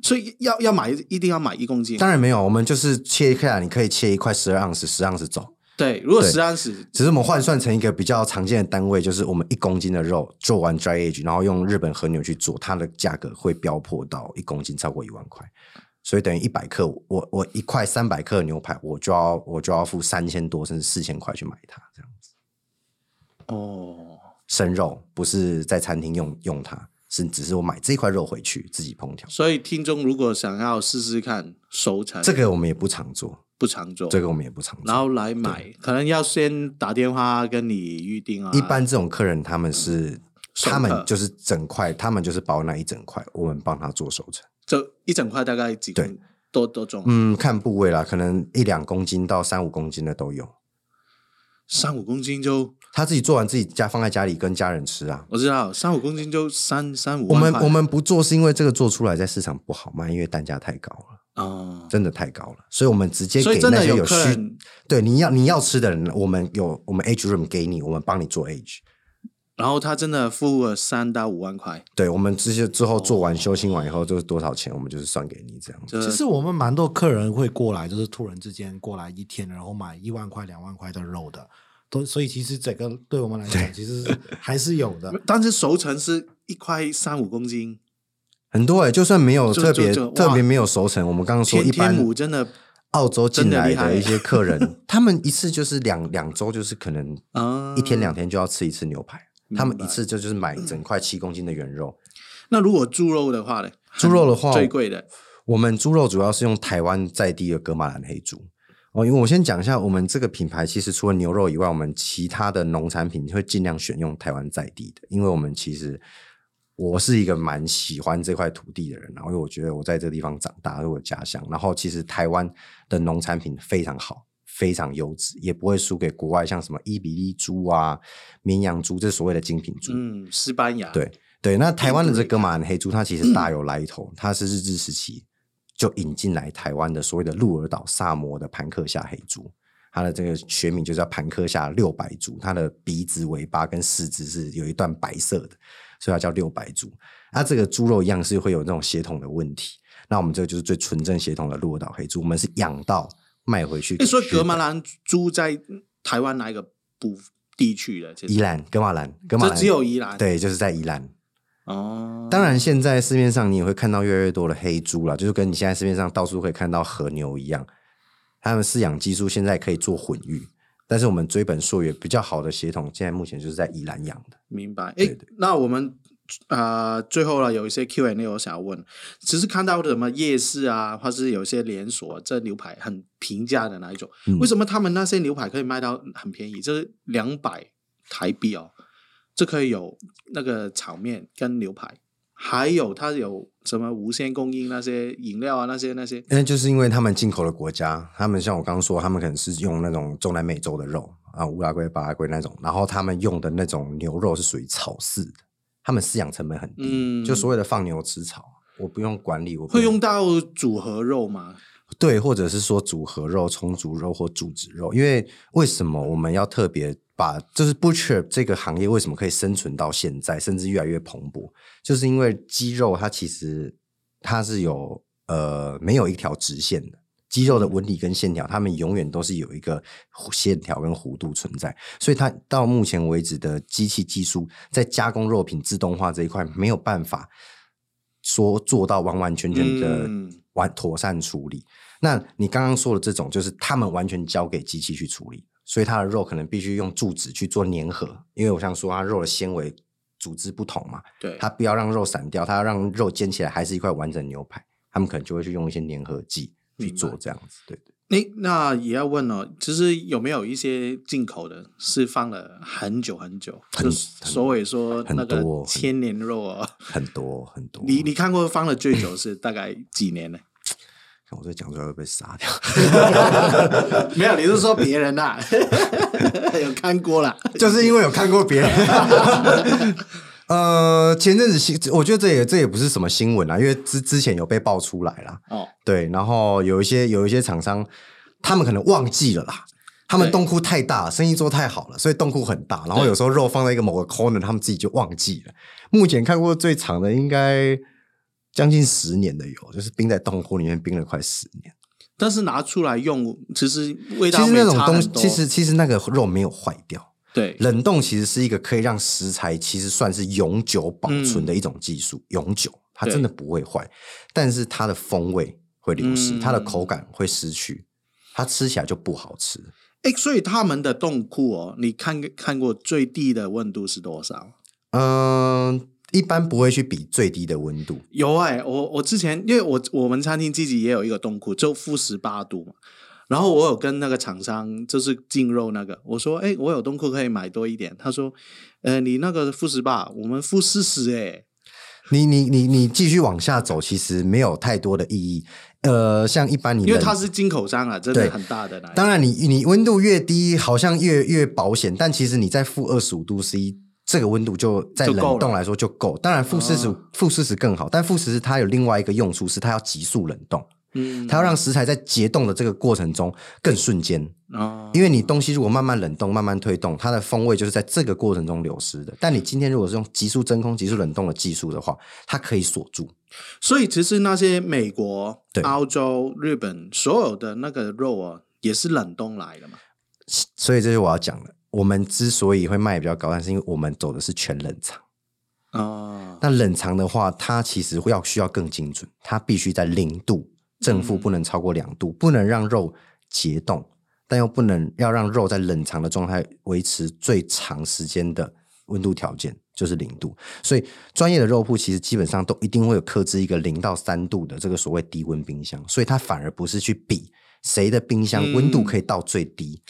所以要要买一定要买一公斤。当然没有，我们就是切一块，你可以切一块十二盎司，十盎司走。对，如果对十安十，只是我们换算成一个比较常见的单位，就是我们一公斤的肉做完 dry age，然后用日本和牛去做，它的价格会飙破到一公斤超过一万块，所以等于一百克，我我一块三百克的牛排，我就要我就要付三千多甚至四千块去买它，这样哦，生肉不是在餐厅用用它，是只是我买这块肉回去自己烹调，所以听众如果想要试试看熟成，这个我们也不常做，不常做，这个我们也不常做然。后来买，可能要先打电话跟你预定啊。一般这种客人他们是，熟他客们就是整块，他们就是包那一整块，我们帮他做熟成。就一整块大概几对公多多重啊，嗯，看部位啦，可能一两公斤到三五公斤的都有。三五公斤就他自己做完自己家放在家里跟家人吃啊。我知道，三五公斤就三三五我万们块我们不做是因为这个做出来在市场不好卖，因为单价太高了，哦，真的太高了，所以我们直接所以给真那的些有客需人，对你要你要吃的人，我们有我们 age room 给你，我们帮你做 age。然后他真的付了三到五万块，对，我们之前之后哦做完修心完以后，就是多少钱，我们就是算给你这样子。这其实我们蛮多客人会过来，就是突然之间过来一天，然后买一万块、两万块的肉的，都所以其实整个对我们来讲，其实是还是有 的。但是熟成是一块三五公斤，很多哎、就算没有就特别就就特哇别没有熟成，我们刚刚说天一天般母真的澳洲进真的来厉害的一些客 人，他们一次就是两两周，就是可能啊一天两。天就要吃一次牛排，明白他们一次就就是买整块七公斤的原肉。那如果猪肉的话呢？猪肉的话最贵的我们猪肉主要是用台湾在地的格马兰黑猪。哦，因为我先讲一下，我们这个品牌其实除了牛肉以外，我们其他的农产品会尽量选用台湾在地的，因为我们其实我是一个蛮喜欢这块土地的人，然后因为我觉得我在这个地方长大，是我的家乡，然后其实台湾的农产品非常好，非常优质，也不会输给国外像什么伊比利猪啊、绵羊猪，这所谓的精品猪。嗯，西班牙对对，嗯那台湾的这印度个马兰黑猪，它其实大有来头，它是日治时期就引进来台湾的所谓的鹿儿岛萨摩的盘克夏黑猪，它的这个学名就叫盘克夏六白猪，它的鼻子、尾巴跟四肢是有一段白色的，所以它叫六白猪。那这个猪肉一样是会有那种血统的问题，那我们这个就是最纯正血统的鹿儿岛黑猪，我们是养到卖回去给诶日所本。以格马兰猪在台湾哪一个部地区的？其宜实兰、格马兰、格马这兰只有宜兰对，就是在宜兰。哦。当然，现在市面上你也会看到越来越多的黑猪啦，就是跟你现在市面上到处可以看到和牛一样，他们饲养技术现在可以做混育，但是我们追本溯源比较好的血统，现在目前就是在宜兰养的。明白。哎对对，那我们啊、呃最后了有一些 Q&A 我想要问，只是看到什么夜市啊，或是有一些连锁这牛排很平价的那一种，嗯为什么他们那些牛排可以卖到很便宜，就是两百台币哦？这可以有那个炒面跟牛排，还有它有什么无限供应那些饮料啊，那些那些那就是因为他们进口的国家，他们像我刚刚说，他们可能是用那种中南美洲的肉啊，乌拉圭、巴拉圭那种，然后他们用的那种牛肉是属于草饲的，他们饲养成本很低，嗯就所谓的放牛吃草，我不用管理，我不会用到组合肉吗？对，或者是说组合肉、重组肉或煮脂肉，因为为什么我们要特别把就是 butcher 这个行业为什么可以生存到现在，甚至越来越蓬勃，就是因为鸡肉它其实它是有呃没有一条直线的。肌肉的纹理跟线条，它们永远都是有一个线条跟弧度存在，所以它到目前为止的机器技术在加工肉品自动化这一块没有办法说做到完完全全的嗯完妥善处理。那你刚刚说的这种，就是他们完全交给机器去处理，所以它的肉可能必须用注脂去做粘合，因为我想说它啊肉的纤维组织不同嘛，对，它不要让肉散掉，它要让肉煎起来还是一块完整牛排，他们可能就会去用一些粘合剂去做明白这样子，对。诶，那也要问哦，其实有没有一些进口的是放了很久很久，就很是所以说很那个多很哦千年肉哦，很多很多，你你看过放了最久是大概几年呢？看我这讲出来会被杀 掉。没有，你是说别人呐、 有看过啦， 就是因为有看过别人。 呃，前阵子新，我觉得这也这也不是什么新闻啊啦，因为之之前有被爆出来啦，哦，对，然后有一些有一些厂商，他们可能忘记了啦。他们对冻库太大，生意做太好了，所以冻库很大。然后对有时候肉放在一个某个 corner，他们自己就忘记了。目前看过最长的应该将近十年的有，就是冰在冻库里面冰了快十年。但是拿出来用，其实味其道实没那种差东很西，多其实其实那个肉没有坏掉，对冷冻其实是一个可以让食材其实算是永久保嗯存的一种技术，永久它真的不会坏，但是它的风味会流失，嗯它的口感会失去，它吃起来就不好吃。哎，所以他们的冻库哦，你看看过最低的温度是多少？嗯、一般不会去比最低的温度，有哎、我我之前因为我我们餐厅自己也有一个冻库，就负十八度嘛。然后我有跟那个厂商，就是进肉那个，我说，哎、我有冻库可以买多一点。他说，呃，你那个负十八，我们负四十，哎，你你你你继续往下走，其实没有太多的意义。呃，像一般你因为冷它是进口商啊，真的对很大的那一种当然你，你温度越低，好像越越保险，但其实你在负二十五度 C 这个温度就在就够冷冻了来说就够。当然，负四十哦负四十更好，但负四十它有另外一个用处是它要急速冷冻，嗯，它要让食材在解冻的这个过程中更瞬间。哦，因为你东西如果慢慢冷冻、慢慢推动，它的风味就是在这个过程中流失的。但你今天如果是用急速真空、急速冷冻的技术的话，它可以锁住。所以其实那些美国对、澳洲、日本所有的那个肉啊，也是冷冻来的嘛。所以这是我要讲的。我们之所以会卖比较高，但是因为我们走的是全冷藏。嗯哦，那冷藏的话，它其实要需要更精准，它必须在零度正负不能超过两度，不能让肉结冻，但又不能要让肉在冷藏的状态维持最长时间的温度条件就是零度。所以专业的肉铺其实基本上都一定会有克制一个零到三度的这个所谓低温冰箱，所以它反而不是去比谁的冰箱温度可以到最低。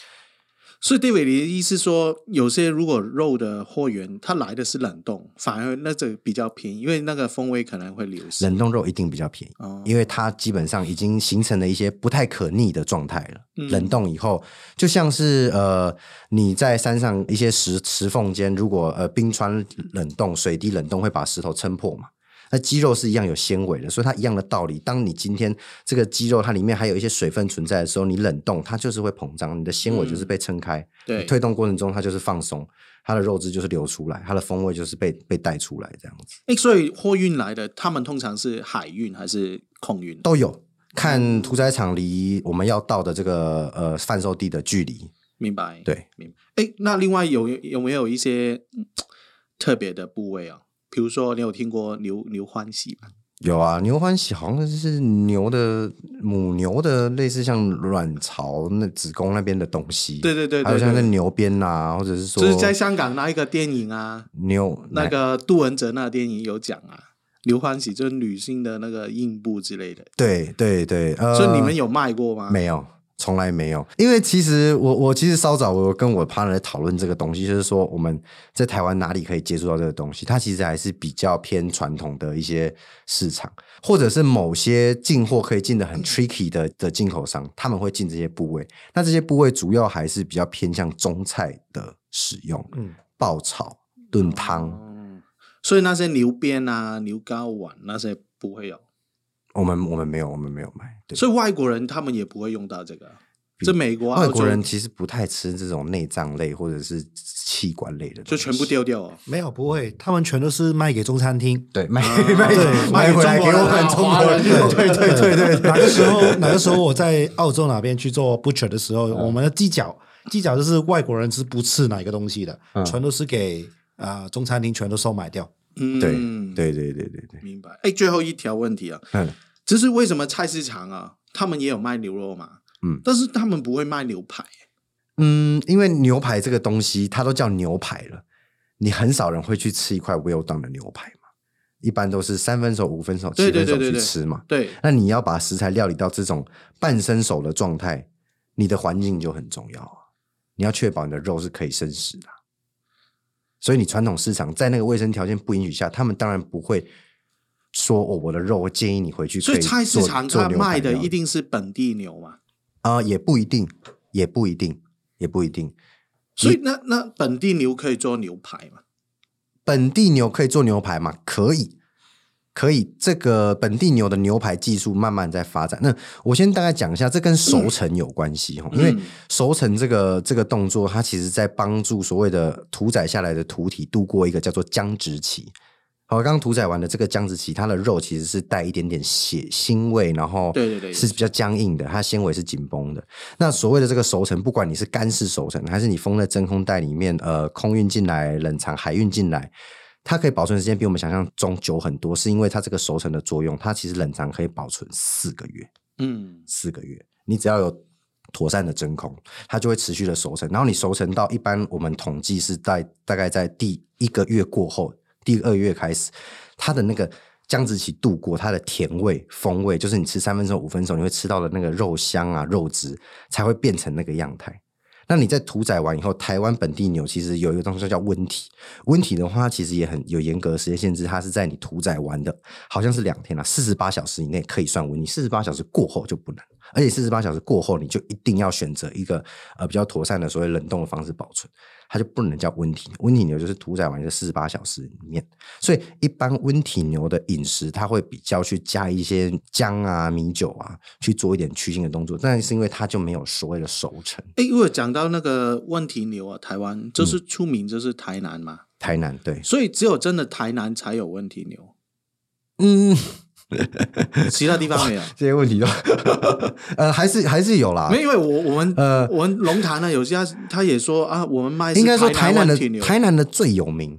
所以 David 你的意思说，有些如果肉的货源它来的是冷冻，反而那这个比较便宜，因为那个风味可能会流失。冷冻肉一定比较便宜。哦，因为它基本上已经形成了一些不太可逆的状态了。嗯冷冻以后，就像是呃你在山上一些石石缝间，如果呃冰川冷冻、水滴冷冻会把石头撑破嘛。那鸡肉是一样有纤维的，所以它一样的道理。当你今天这个鸡肉它里面还有一些水分存在的时候，你冷冻它就是会膨胀，你的纤维就是被撑开。嗯对你推动过程中它就是放松，它的肉质就是流出来，它的风味就是被被带出来这样子。哎，所以货运来的，他们通常是海运还是空运？都哦有。嗯看屠宰场离我们要到的这个呃贩售地的距离，明白？对，明白。哎，那另外有有没有一些嗯特别的部位啊？比如说，你有听过牛牛欢喜吗？有啊，牛欢喜好像是牛的母牛的类似像卵巢那子宫那边的东西，对对对对还有像对是牛鞭呐、或者是说就是在香港那一个电影 啊，牛那个杜文泽那电影有讲啊，刘欢喜就是女性的那个硬部之类的，对对对，呃，所以你们有卖过吗？没有，从来没有。因为其实我我其实稍早我有跟我 partner 在讨论这个东西，就是说我们在台湾哪里可以接触到这个东西，它其实还是比较偏传统的一些市场，或者是某些进货可以进的很 tricky 的的进口商，他们会进这些部位。那这些部位主要还是比较偏向中菜的使用，嗯爆炒、炖汤。哦，所以那些牛鞭啊、牛睾丸那些不会有，我们我们没有，我们没有卖。对，所以外国人他们也不会用到这个。这美国、外澳国洲人其实不太吃这种内脏类或者是器官类的东西，就全部丢掉哦。没有不会，他们全都是卖给中餐厅。啊对，卖嗯卖对卖回来给我们中国人，啊对对对对对 哪个时候哪个时候我在澳洲哪边去做 butcher 的时候，嗯我们的鸡脚鸡脚就是外国人是不吃哪一个东西的，嗯全都是给啊中餐厅全都收买掉。嗯，对， 对对对对对，明白。哎，最后一条问题啊，嗯，就是为什么菜市场啊，他们也有卖牛肉嘛，嗯但是他们不会卖牛排。嗯，因为牛排这个东西，它都叫牛排了，你很少人会去吃一块 well done 的牛排嘛，一般都是三分熟、五分熟、七对对分对熟对去对吃嘛。对，那你要把食材料理到这种半生熟的状态，你的环境就很重要啊。你要确保你的肉是可以生食的啊、所以你传统市场在那个卫生条件不允许下，他们当然不会说哦，我的肉，我建议你回去所可以以菜市做场做它牛排卖的料理一定是本地牛嘛，啊、也不一定，也不一定，也不一定。所以那那本地牛可以做牛排嘛？本地牛可以做牛排吗？可以，可以。这个本地牛的牛排技术慢慢在发展。那我先大概讲一下，这跟熟成有关系哈、嗯因为熟成这个这个动作，它其实在帮助所谓的屠宰下来的屠体度过一个叫做僵直期。好，刚刚屠宰完的这个僵直期，它的肉其实是带一点点血腥味，然后对对对是比较僵硬的，它纤维是紧绷的。那所谓的这个熟成，不管你是干式熟成，还是你封在真空袋里面，呃，空运进来、冷藏、海运进来，它可以保存时间比我们想象中久很多，是因为它这个熟成的作用，它其实冷藏可以保存四个月。嗯，四个月，你只要有妥善的真空，它就会持续的熟成。然后你熟成到一般我们统计是在大概在第一个月过后，第二月开始，它的那个僵直期度过，它的甜味、风味，就是你吃三分熟、五分熟，你会吃到的那个肉香啊、肉质，才会变成那个样态。那你在屠宰完以后，台湾本地牛其实有一个东西叫温体，温体的话，它其实也很有严格的时间限制，它是在你屠宰完的，好像是两天啦，啊四十八小时以内可以算温体，四十八小时过后就不能，而且四十八小时过后，你就一定要选择一个呃比较妥善的所谓冷冻的方式保存，它就不能叫温体牛，温体牛就是屠宰完这四十八小时里面，所以一般温体牛的饮食，它会比较去加一些姜啊、米酒啊，去做一点去腥的动作，但是因为它就没有所谓的熟成。哎，如果讲到那个问题牛啊，台湾嗯就是出名就是台南嘛，台南对，所以只有真的台南才有问题牛，嗯，其他地方没有。这些问题都， 呃，还是还是有啦。没有，因为我我们呃我们龙潭呢，有些他也说啊，我们卖是应该说台台南的湾体牛台南的最有名，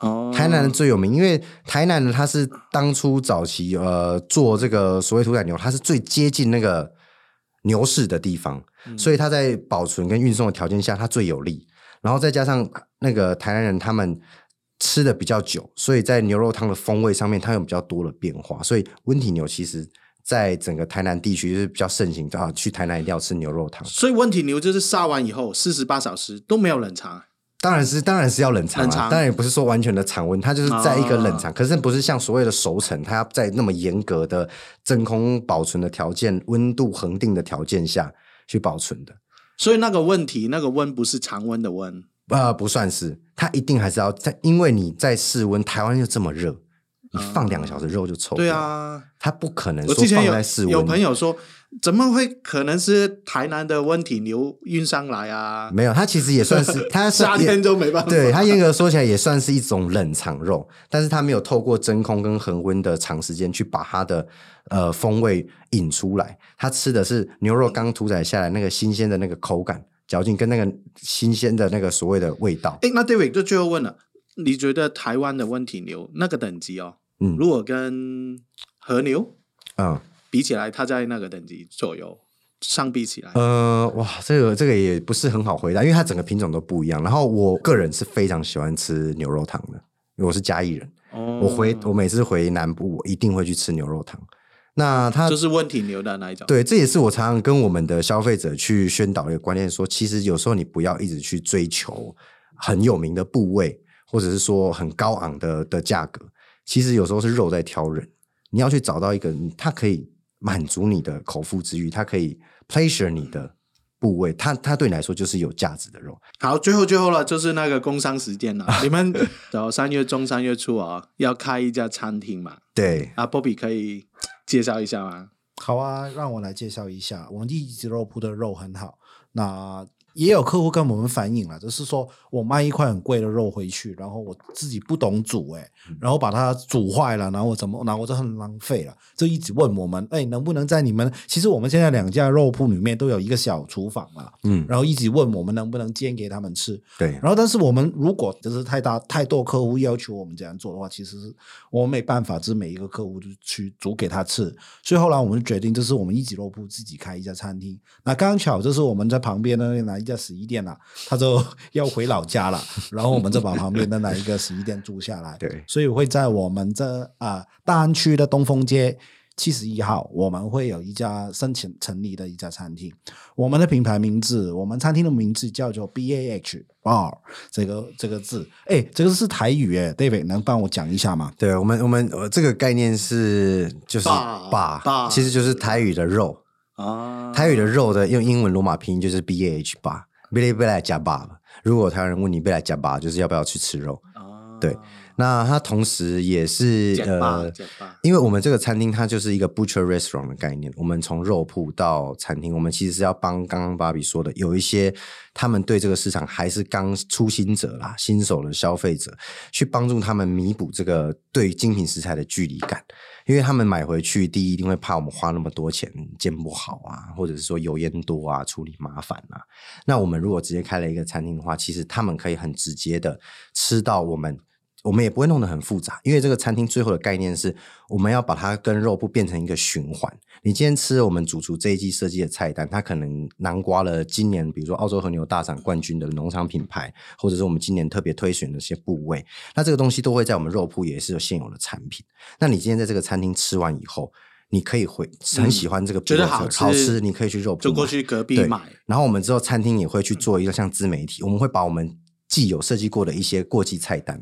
哦，台南的最有名，因为台南的它是当初早期呃做这个所谓屠宰牛，它是最接近那个牛市的地方，所以它在保存跟运送的条件下，它最有利。然后再加上那个台南人他们吃的比较久，所以在牛肉汤的风味上面，它有比较多的变化。所以温体牛其实在整个台南地区是比较盛行的啊，去台南一定要吃牛肉汤。所以问题牛就是杀完以后四十八小时都没有冷藏，当然是，当然是要冷藏冷啊，藏啊当然也不是说完全的常温，它就是在一个冷藏，可是不是像所谓的熟成，它要在那么严格的真空保存的条件、温度恒定的条件下去保存的。所以那个问题那个温不是常温的温，呃，不算是，它一定还是要在，因为你在室温，台湾又这么热，你放两个小时肉就臭。对，啊。它不可能我哦说之前放在室有温。有朋友说，怎么会可能是台南的温体牛运上来啊？没有，它其实也算是，它是夏天都没办法。对它严格说起来也算是一种冷藏肉，但是它没有透过真空跟恒温的长时间去把它的呃风味引出来。它吃的是牛肉刚屠宰下来那个新鲜的那个口感、嚼劲跟那个新鲜的那个所谓的味道。哎，那 David 就最后问了，你觉得台湾的温体牛那个等级哦，嗯如果跟和牛嗯比起来，它在那个等级左右，上比起来，呃，哇，这个这个也不是很好回答，因为它整个品种都不一样。然后我个人是非常喜欢吃牛肉汤的，因为我是嘉义人，哦，我回我每次回南部，我一定会去吃牛肉汤。那它就是温体牛的那一种。对，这也是我常常跟我们的消费者去宣导的一个观念说，其实有时候你不要一直去追求很有名的部位，或者是说很高昂的的价格。其实有时候是肉在挑人，你要去找到一个你它可以满足你的口腹之欲，它可以 pleasure 你的部位，它它对你来说就是有价值的肉。好，最后最后了，就是那个工商时间了。你们 到三月中、三月初啊、要开一家餐厅嘛？对，啊，Bobby 可以介绍一下吗？好啊，让我来介绍一下，我们一级肉铺的肉很好，那也有客户跟我们反映了，就是说我卖一块很贵的肉回去，然后我自己不懂煮、欸，然后把它煮坏了，然后我怎么，然后我就很浪费了，就一直问我们，哎、能不能在你们，其实我们现在两家肉铺里面都有一个小厨房嘛，嗯，然后一直问我们能不能煎给他们吃，对，然后，但是我们如果就是太大太多客户要求我们这样做的话，其实是我们没办法，就是每一个客户就去煮给他吃。所以后来我们决定，就是我们一级肉铺自己开一家餐厅。那刚巧就是我们在旁边的那一家洗衣店啦、他就 要回老家了，然后我们就把旁边的那一个洗衣店租下 来。对所以会在我们这啊、大安区的东风街七十一号，我们会有一家申请成立的一家餐厅。我们的品牌名字，我们餐厅的名字叫做 B A H Bar，这个这个字，哎，这个是台语哎，David 能帮我讲一下吗？对我们我们呃这个概念是就是爸爸爸，其实就是台语的肉，啊，台语的肉的用英文罗马拼音就是 B A H 爸，贝来贝来加爸。如果有台湾人问你贝来加爸，就是要不要去吃肉？啊对那它同时也是假巴呃假巴因为我们这个餐厅它就是一个 butcher restaurant 的概念，我们从肉铺到餐厅，我们其实是要帮刚刚芭比说的，有一些他们对这个市场还是刚初心者啦、新手的消费者，去帮助他们弥补这个对精品食材的距离感，因为他们买回去第一一定会怕我们花那么多钱煎不好啊，或者是说油烟多啊，处理麻烦啊。那我们如果直接开了一个餐厅的话，其实他们可以很直接的吃到我们我们也不会弄得很复杂，因为这个餐厅最后的概念是，我们要把它跟肉铺变成一个循环。你今天吃了我们主厨这一季设计的菜单，它可能南瓜了今年比如说澳洲和牛大赏冠军的农场品牌，或者是我们今年特别推选的一些部位，那这个东西都会在我们肉铺也是有现有的产品。那你今天在这个餐厅吃完以后，你可以回很喜欢这个部嗯觉位、得好好吃，你可以去肉铺就过买去隔壁对买，然后我们之后餐厅也会去做一个像自媒体，我们会把我们既有设计过的一些过季菜单，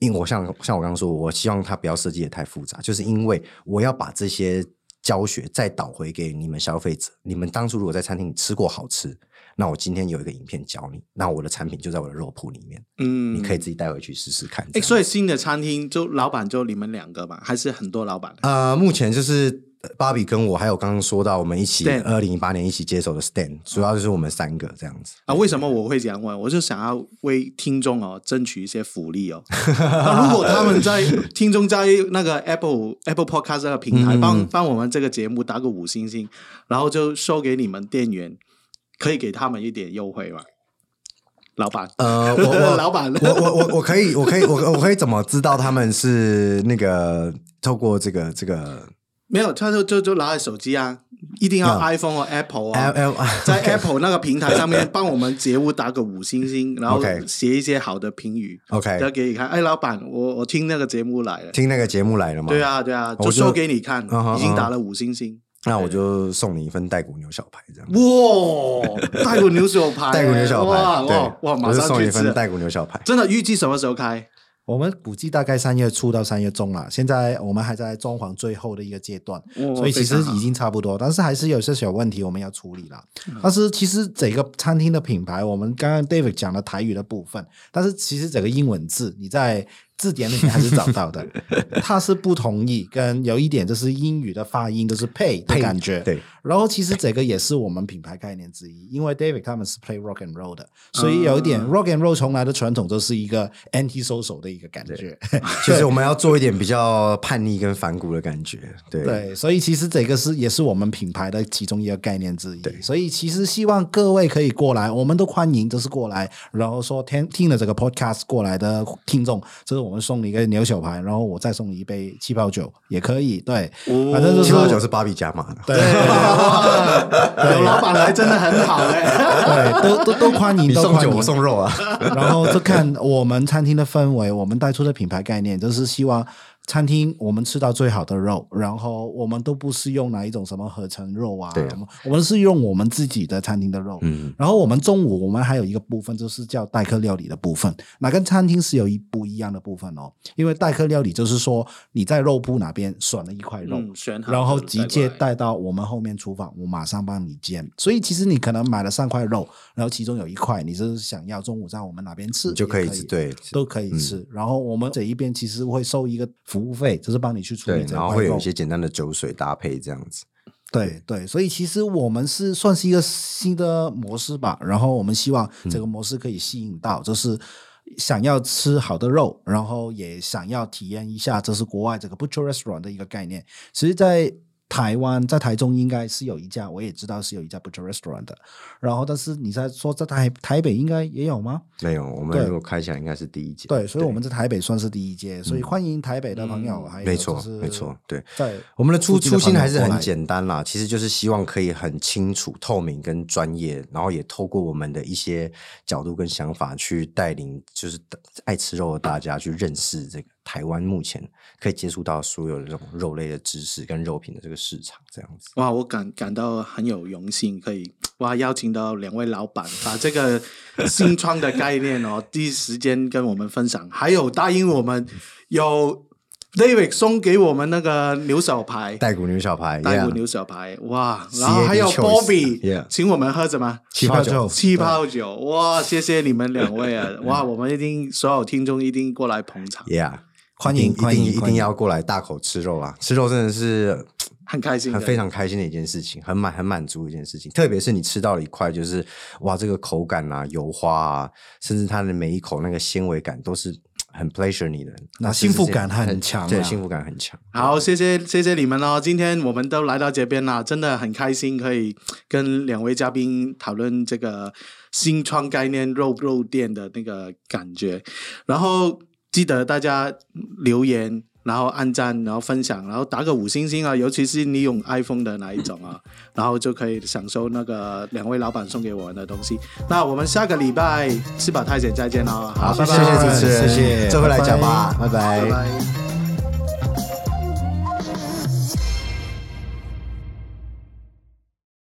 因为我像像我刚刚说，我希望它不要设计的太复杂，就是因为我要把这些教学再导回给你们消费者。你们当初如果在餐厅里吃过好吃，那我今天有一个影片教你，那我的产品就在我的肉铺里面，嗯，你可以自己带回去试试看。哎，以所以新的餐厅就老板就你们两个吧，还是很多老 板？呃，目前就是。芭比跟我还有刚刚说到我们一起 Stan 二零一八年一起接手的 Stan，主要就是我们三个这样子。啊，为什么我会这样问？我就想要为听众哦争取一些福利 哦。那如果他们在听众在那个 Apple Apple Podcast 这个平台嗯帮帮我们这个节目打个五星星，然后就收给你们店员，可以给他们一点优惠嘛？老板， 呃，我我老板，我我我我可以，我可以，我我可以怎么知道他们是那个透过这个这个 没有，他就就就拿着手机啊，一定要啊 iPhone 或 Apple 啊 L L 在 Apple 那个平台上 面帮我们节目打个五星星，然后 OK 写一些好的评语，要 OK 给你看。哎，老板，我我听那个节目来了。听那个节目来了吗？对，啊，对啊，就我就说给你看嗯，哼已经打了五星星。那我就送你一份带骨牛小排这样。哇，带骨牛小哎排，带骨嗯牛小排，哇哇对，哇，马我就上送你去一吃份。带骨牛小排。真的预计什么时候开？我们估计大概三月初到三月中了，现在我们还在装潢最后的一个阶段，哇所以其实哦非常好已经差不多，但是还是有些小问题我们要处理了。但是其实整个餐厅的品牌，我们刚刚 David 讲了台语的部分，但是其实整个英文字你在字典里面还是找到的，它是不同意，跟有一点就是英语的发音就是配的感觉， 对，然后其实这个也是我们品牌概念之一，因为 David 他们是 play rock and roll 的，所以有一点 rock and roll 从来的传统就是一个 anti social 的一个感 觉。其实我们要做一点比较叛逆跟反骨的感觉。对，对，所以其实这个是也是我们品牌的其中一个概念之一。所以其实希望各位可以过来，我们都欢迎，就是过来，然后说听听了这个 podcast 过来的听众，这是我们送你一个牛小排，然后我再送你一杯气泡酒也可以。对，反正就是七八九是芭比加 码的。对哇有老板来真的很好 哎。对，都都都欢迎，你都送欢酒，迎我。送肉 啊！ 然后就看我们餐厅的氛围，我们带出的品牌概念，就是希望餐厅我们吃到最好的肉，然后我们都不是用哪一种什么合成肉啊，对啊我们我们是用我们自己的餐厅的肉。嗯，然后我们中午我们还有一个部分就是叫代客料理的部分，那跟餐厅是有一不一样的部分哦，因为代客料理就是说你在肉铺那边选了一块肉，嗯，选好，然后直带接过来。带到我们后面厨房，我马上帮你煎。所以其实你可能买了三块肉，然后其中有一块你是想要中午在我们哪边吃，你就可也以可以对，嗯都可以吃。然后我们这一边其实会收一个服务费，就是帮你去处对理，这然后块会有肉一。些简单的酒水搭配这样子。对对，所以其实我们是算是一个新的模式吧。然后我们希望这嗯个模式可以吸引到，就是。想要吃好的肉，然后也想要体验一下，这是国外这个 butcher restaurant 的一个概念。其实，在台湾，在台中应该是有一家，我也知道是有一家 butcher restaurant 的。然后，但是你在说在台台北应该也有吗？没有，我们对如果开起来应该是第一节。对，所以我们在台北算是第一街，所以欢迎台北的朋友，嗯哦还有嗯没错就是，没错，对。在我们的初附近的初心朋友还是过很来简单啦，其实就是希望可以很清楚、透明跟专业，然后也透过我们的一些角度跟想法去带领，就是爱吃肉的大家去认识这个台湾目前可以接触到所有的这种肉类的知识跟肉品的这个市场，这样子。哇，我感感到很有荣幸，可以哇邀请到两位老板，把这个新创的概念哦，第一时间跟我们分享，还有答应我们有 David 送给我们那个牛小排，带啊骨牛小排，带骨 yeah 牛小排，哇， CAD 然后还有 choice Bobby Yeah 请我们喝什么？气泡 酒，气泡酒，哇，谢谢你们两位啊，哇，我们一定所有听众一定过来捧场， ，Yeah，欢迎一定欢一迎定一欢定迎要过来大口吃肉啊！吃肉真的是很开心的很，非常开心的一件事情，很满很满足的一件事情。特别是你吃到了一块，就是哇，这个口感啊、油花啊，甚至它的每一口那个纤维感都是很 pleasure 你的，那是幸福是感很强啊对，幸福感很强。好，谢谢谢谢你们哦，今天我们都来到这边啦，真的很开心，可以跟两位嘉宾讨论这个新创概念肉肉店的那个感觉，然后记得大家留言。然后按赞，然后分享，然后打个五星星啊！尤其是你用 iPhone 的那一种啊，然后就可以享受那个两位老板送给我们的东西。那我们下个礼拜吃饱太姐再见喽！好，好，拜谢拜，谢主持人，谢谢这回来拜拜讲吧，拜拜拜。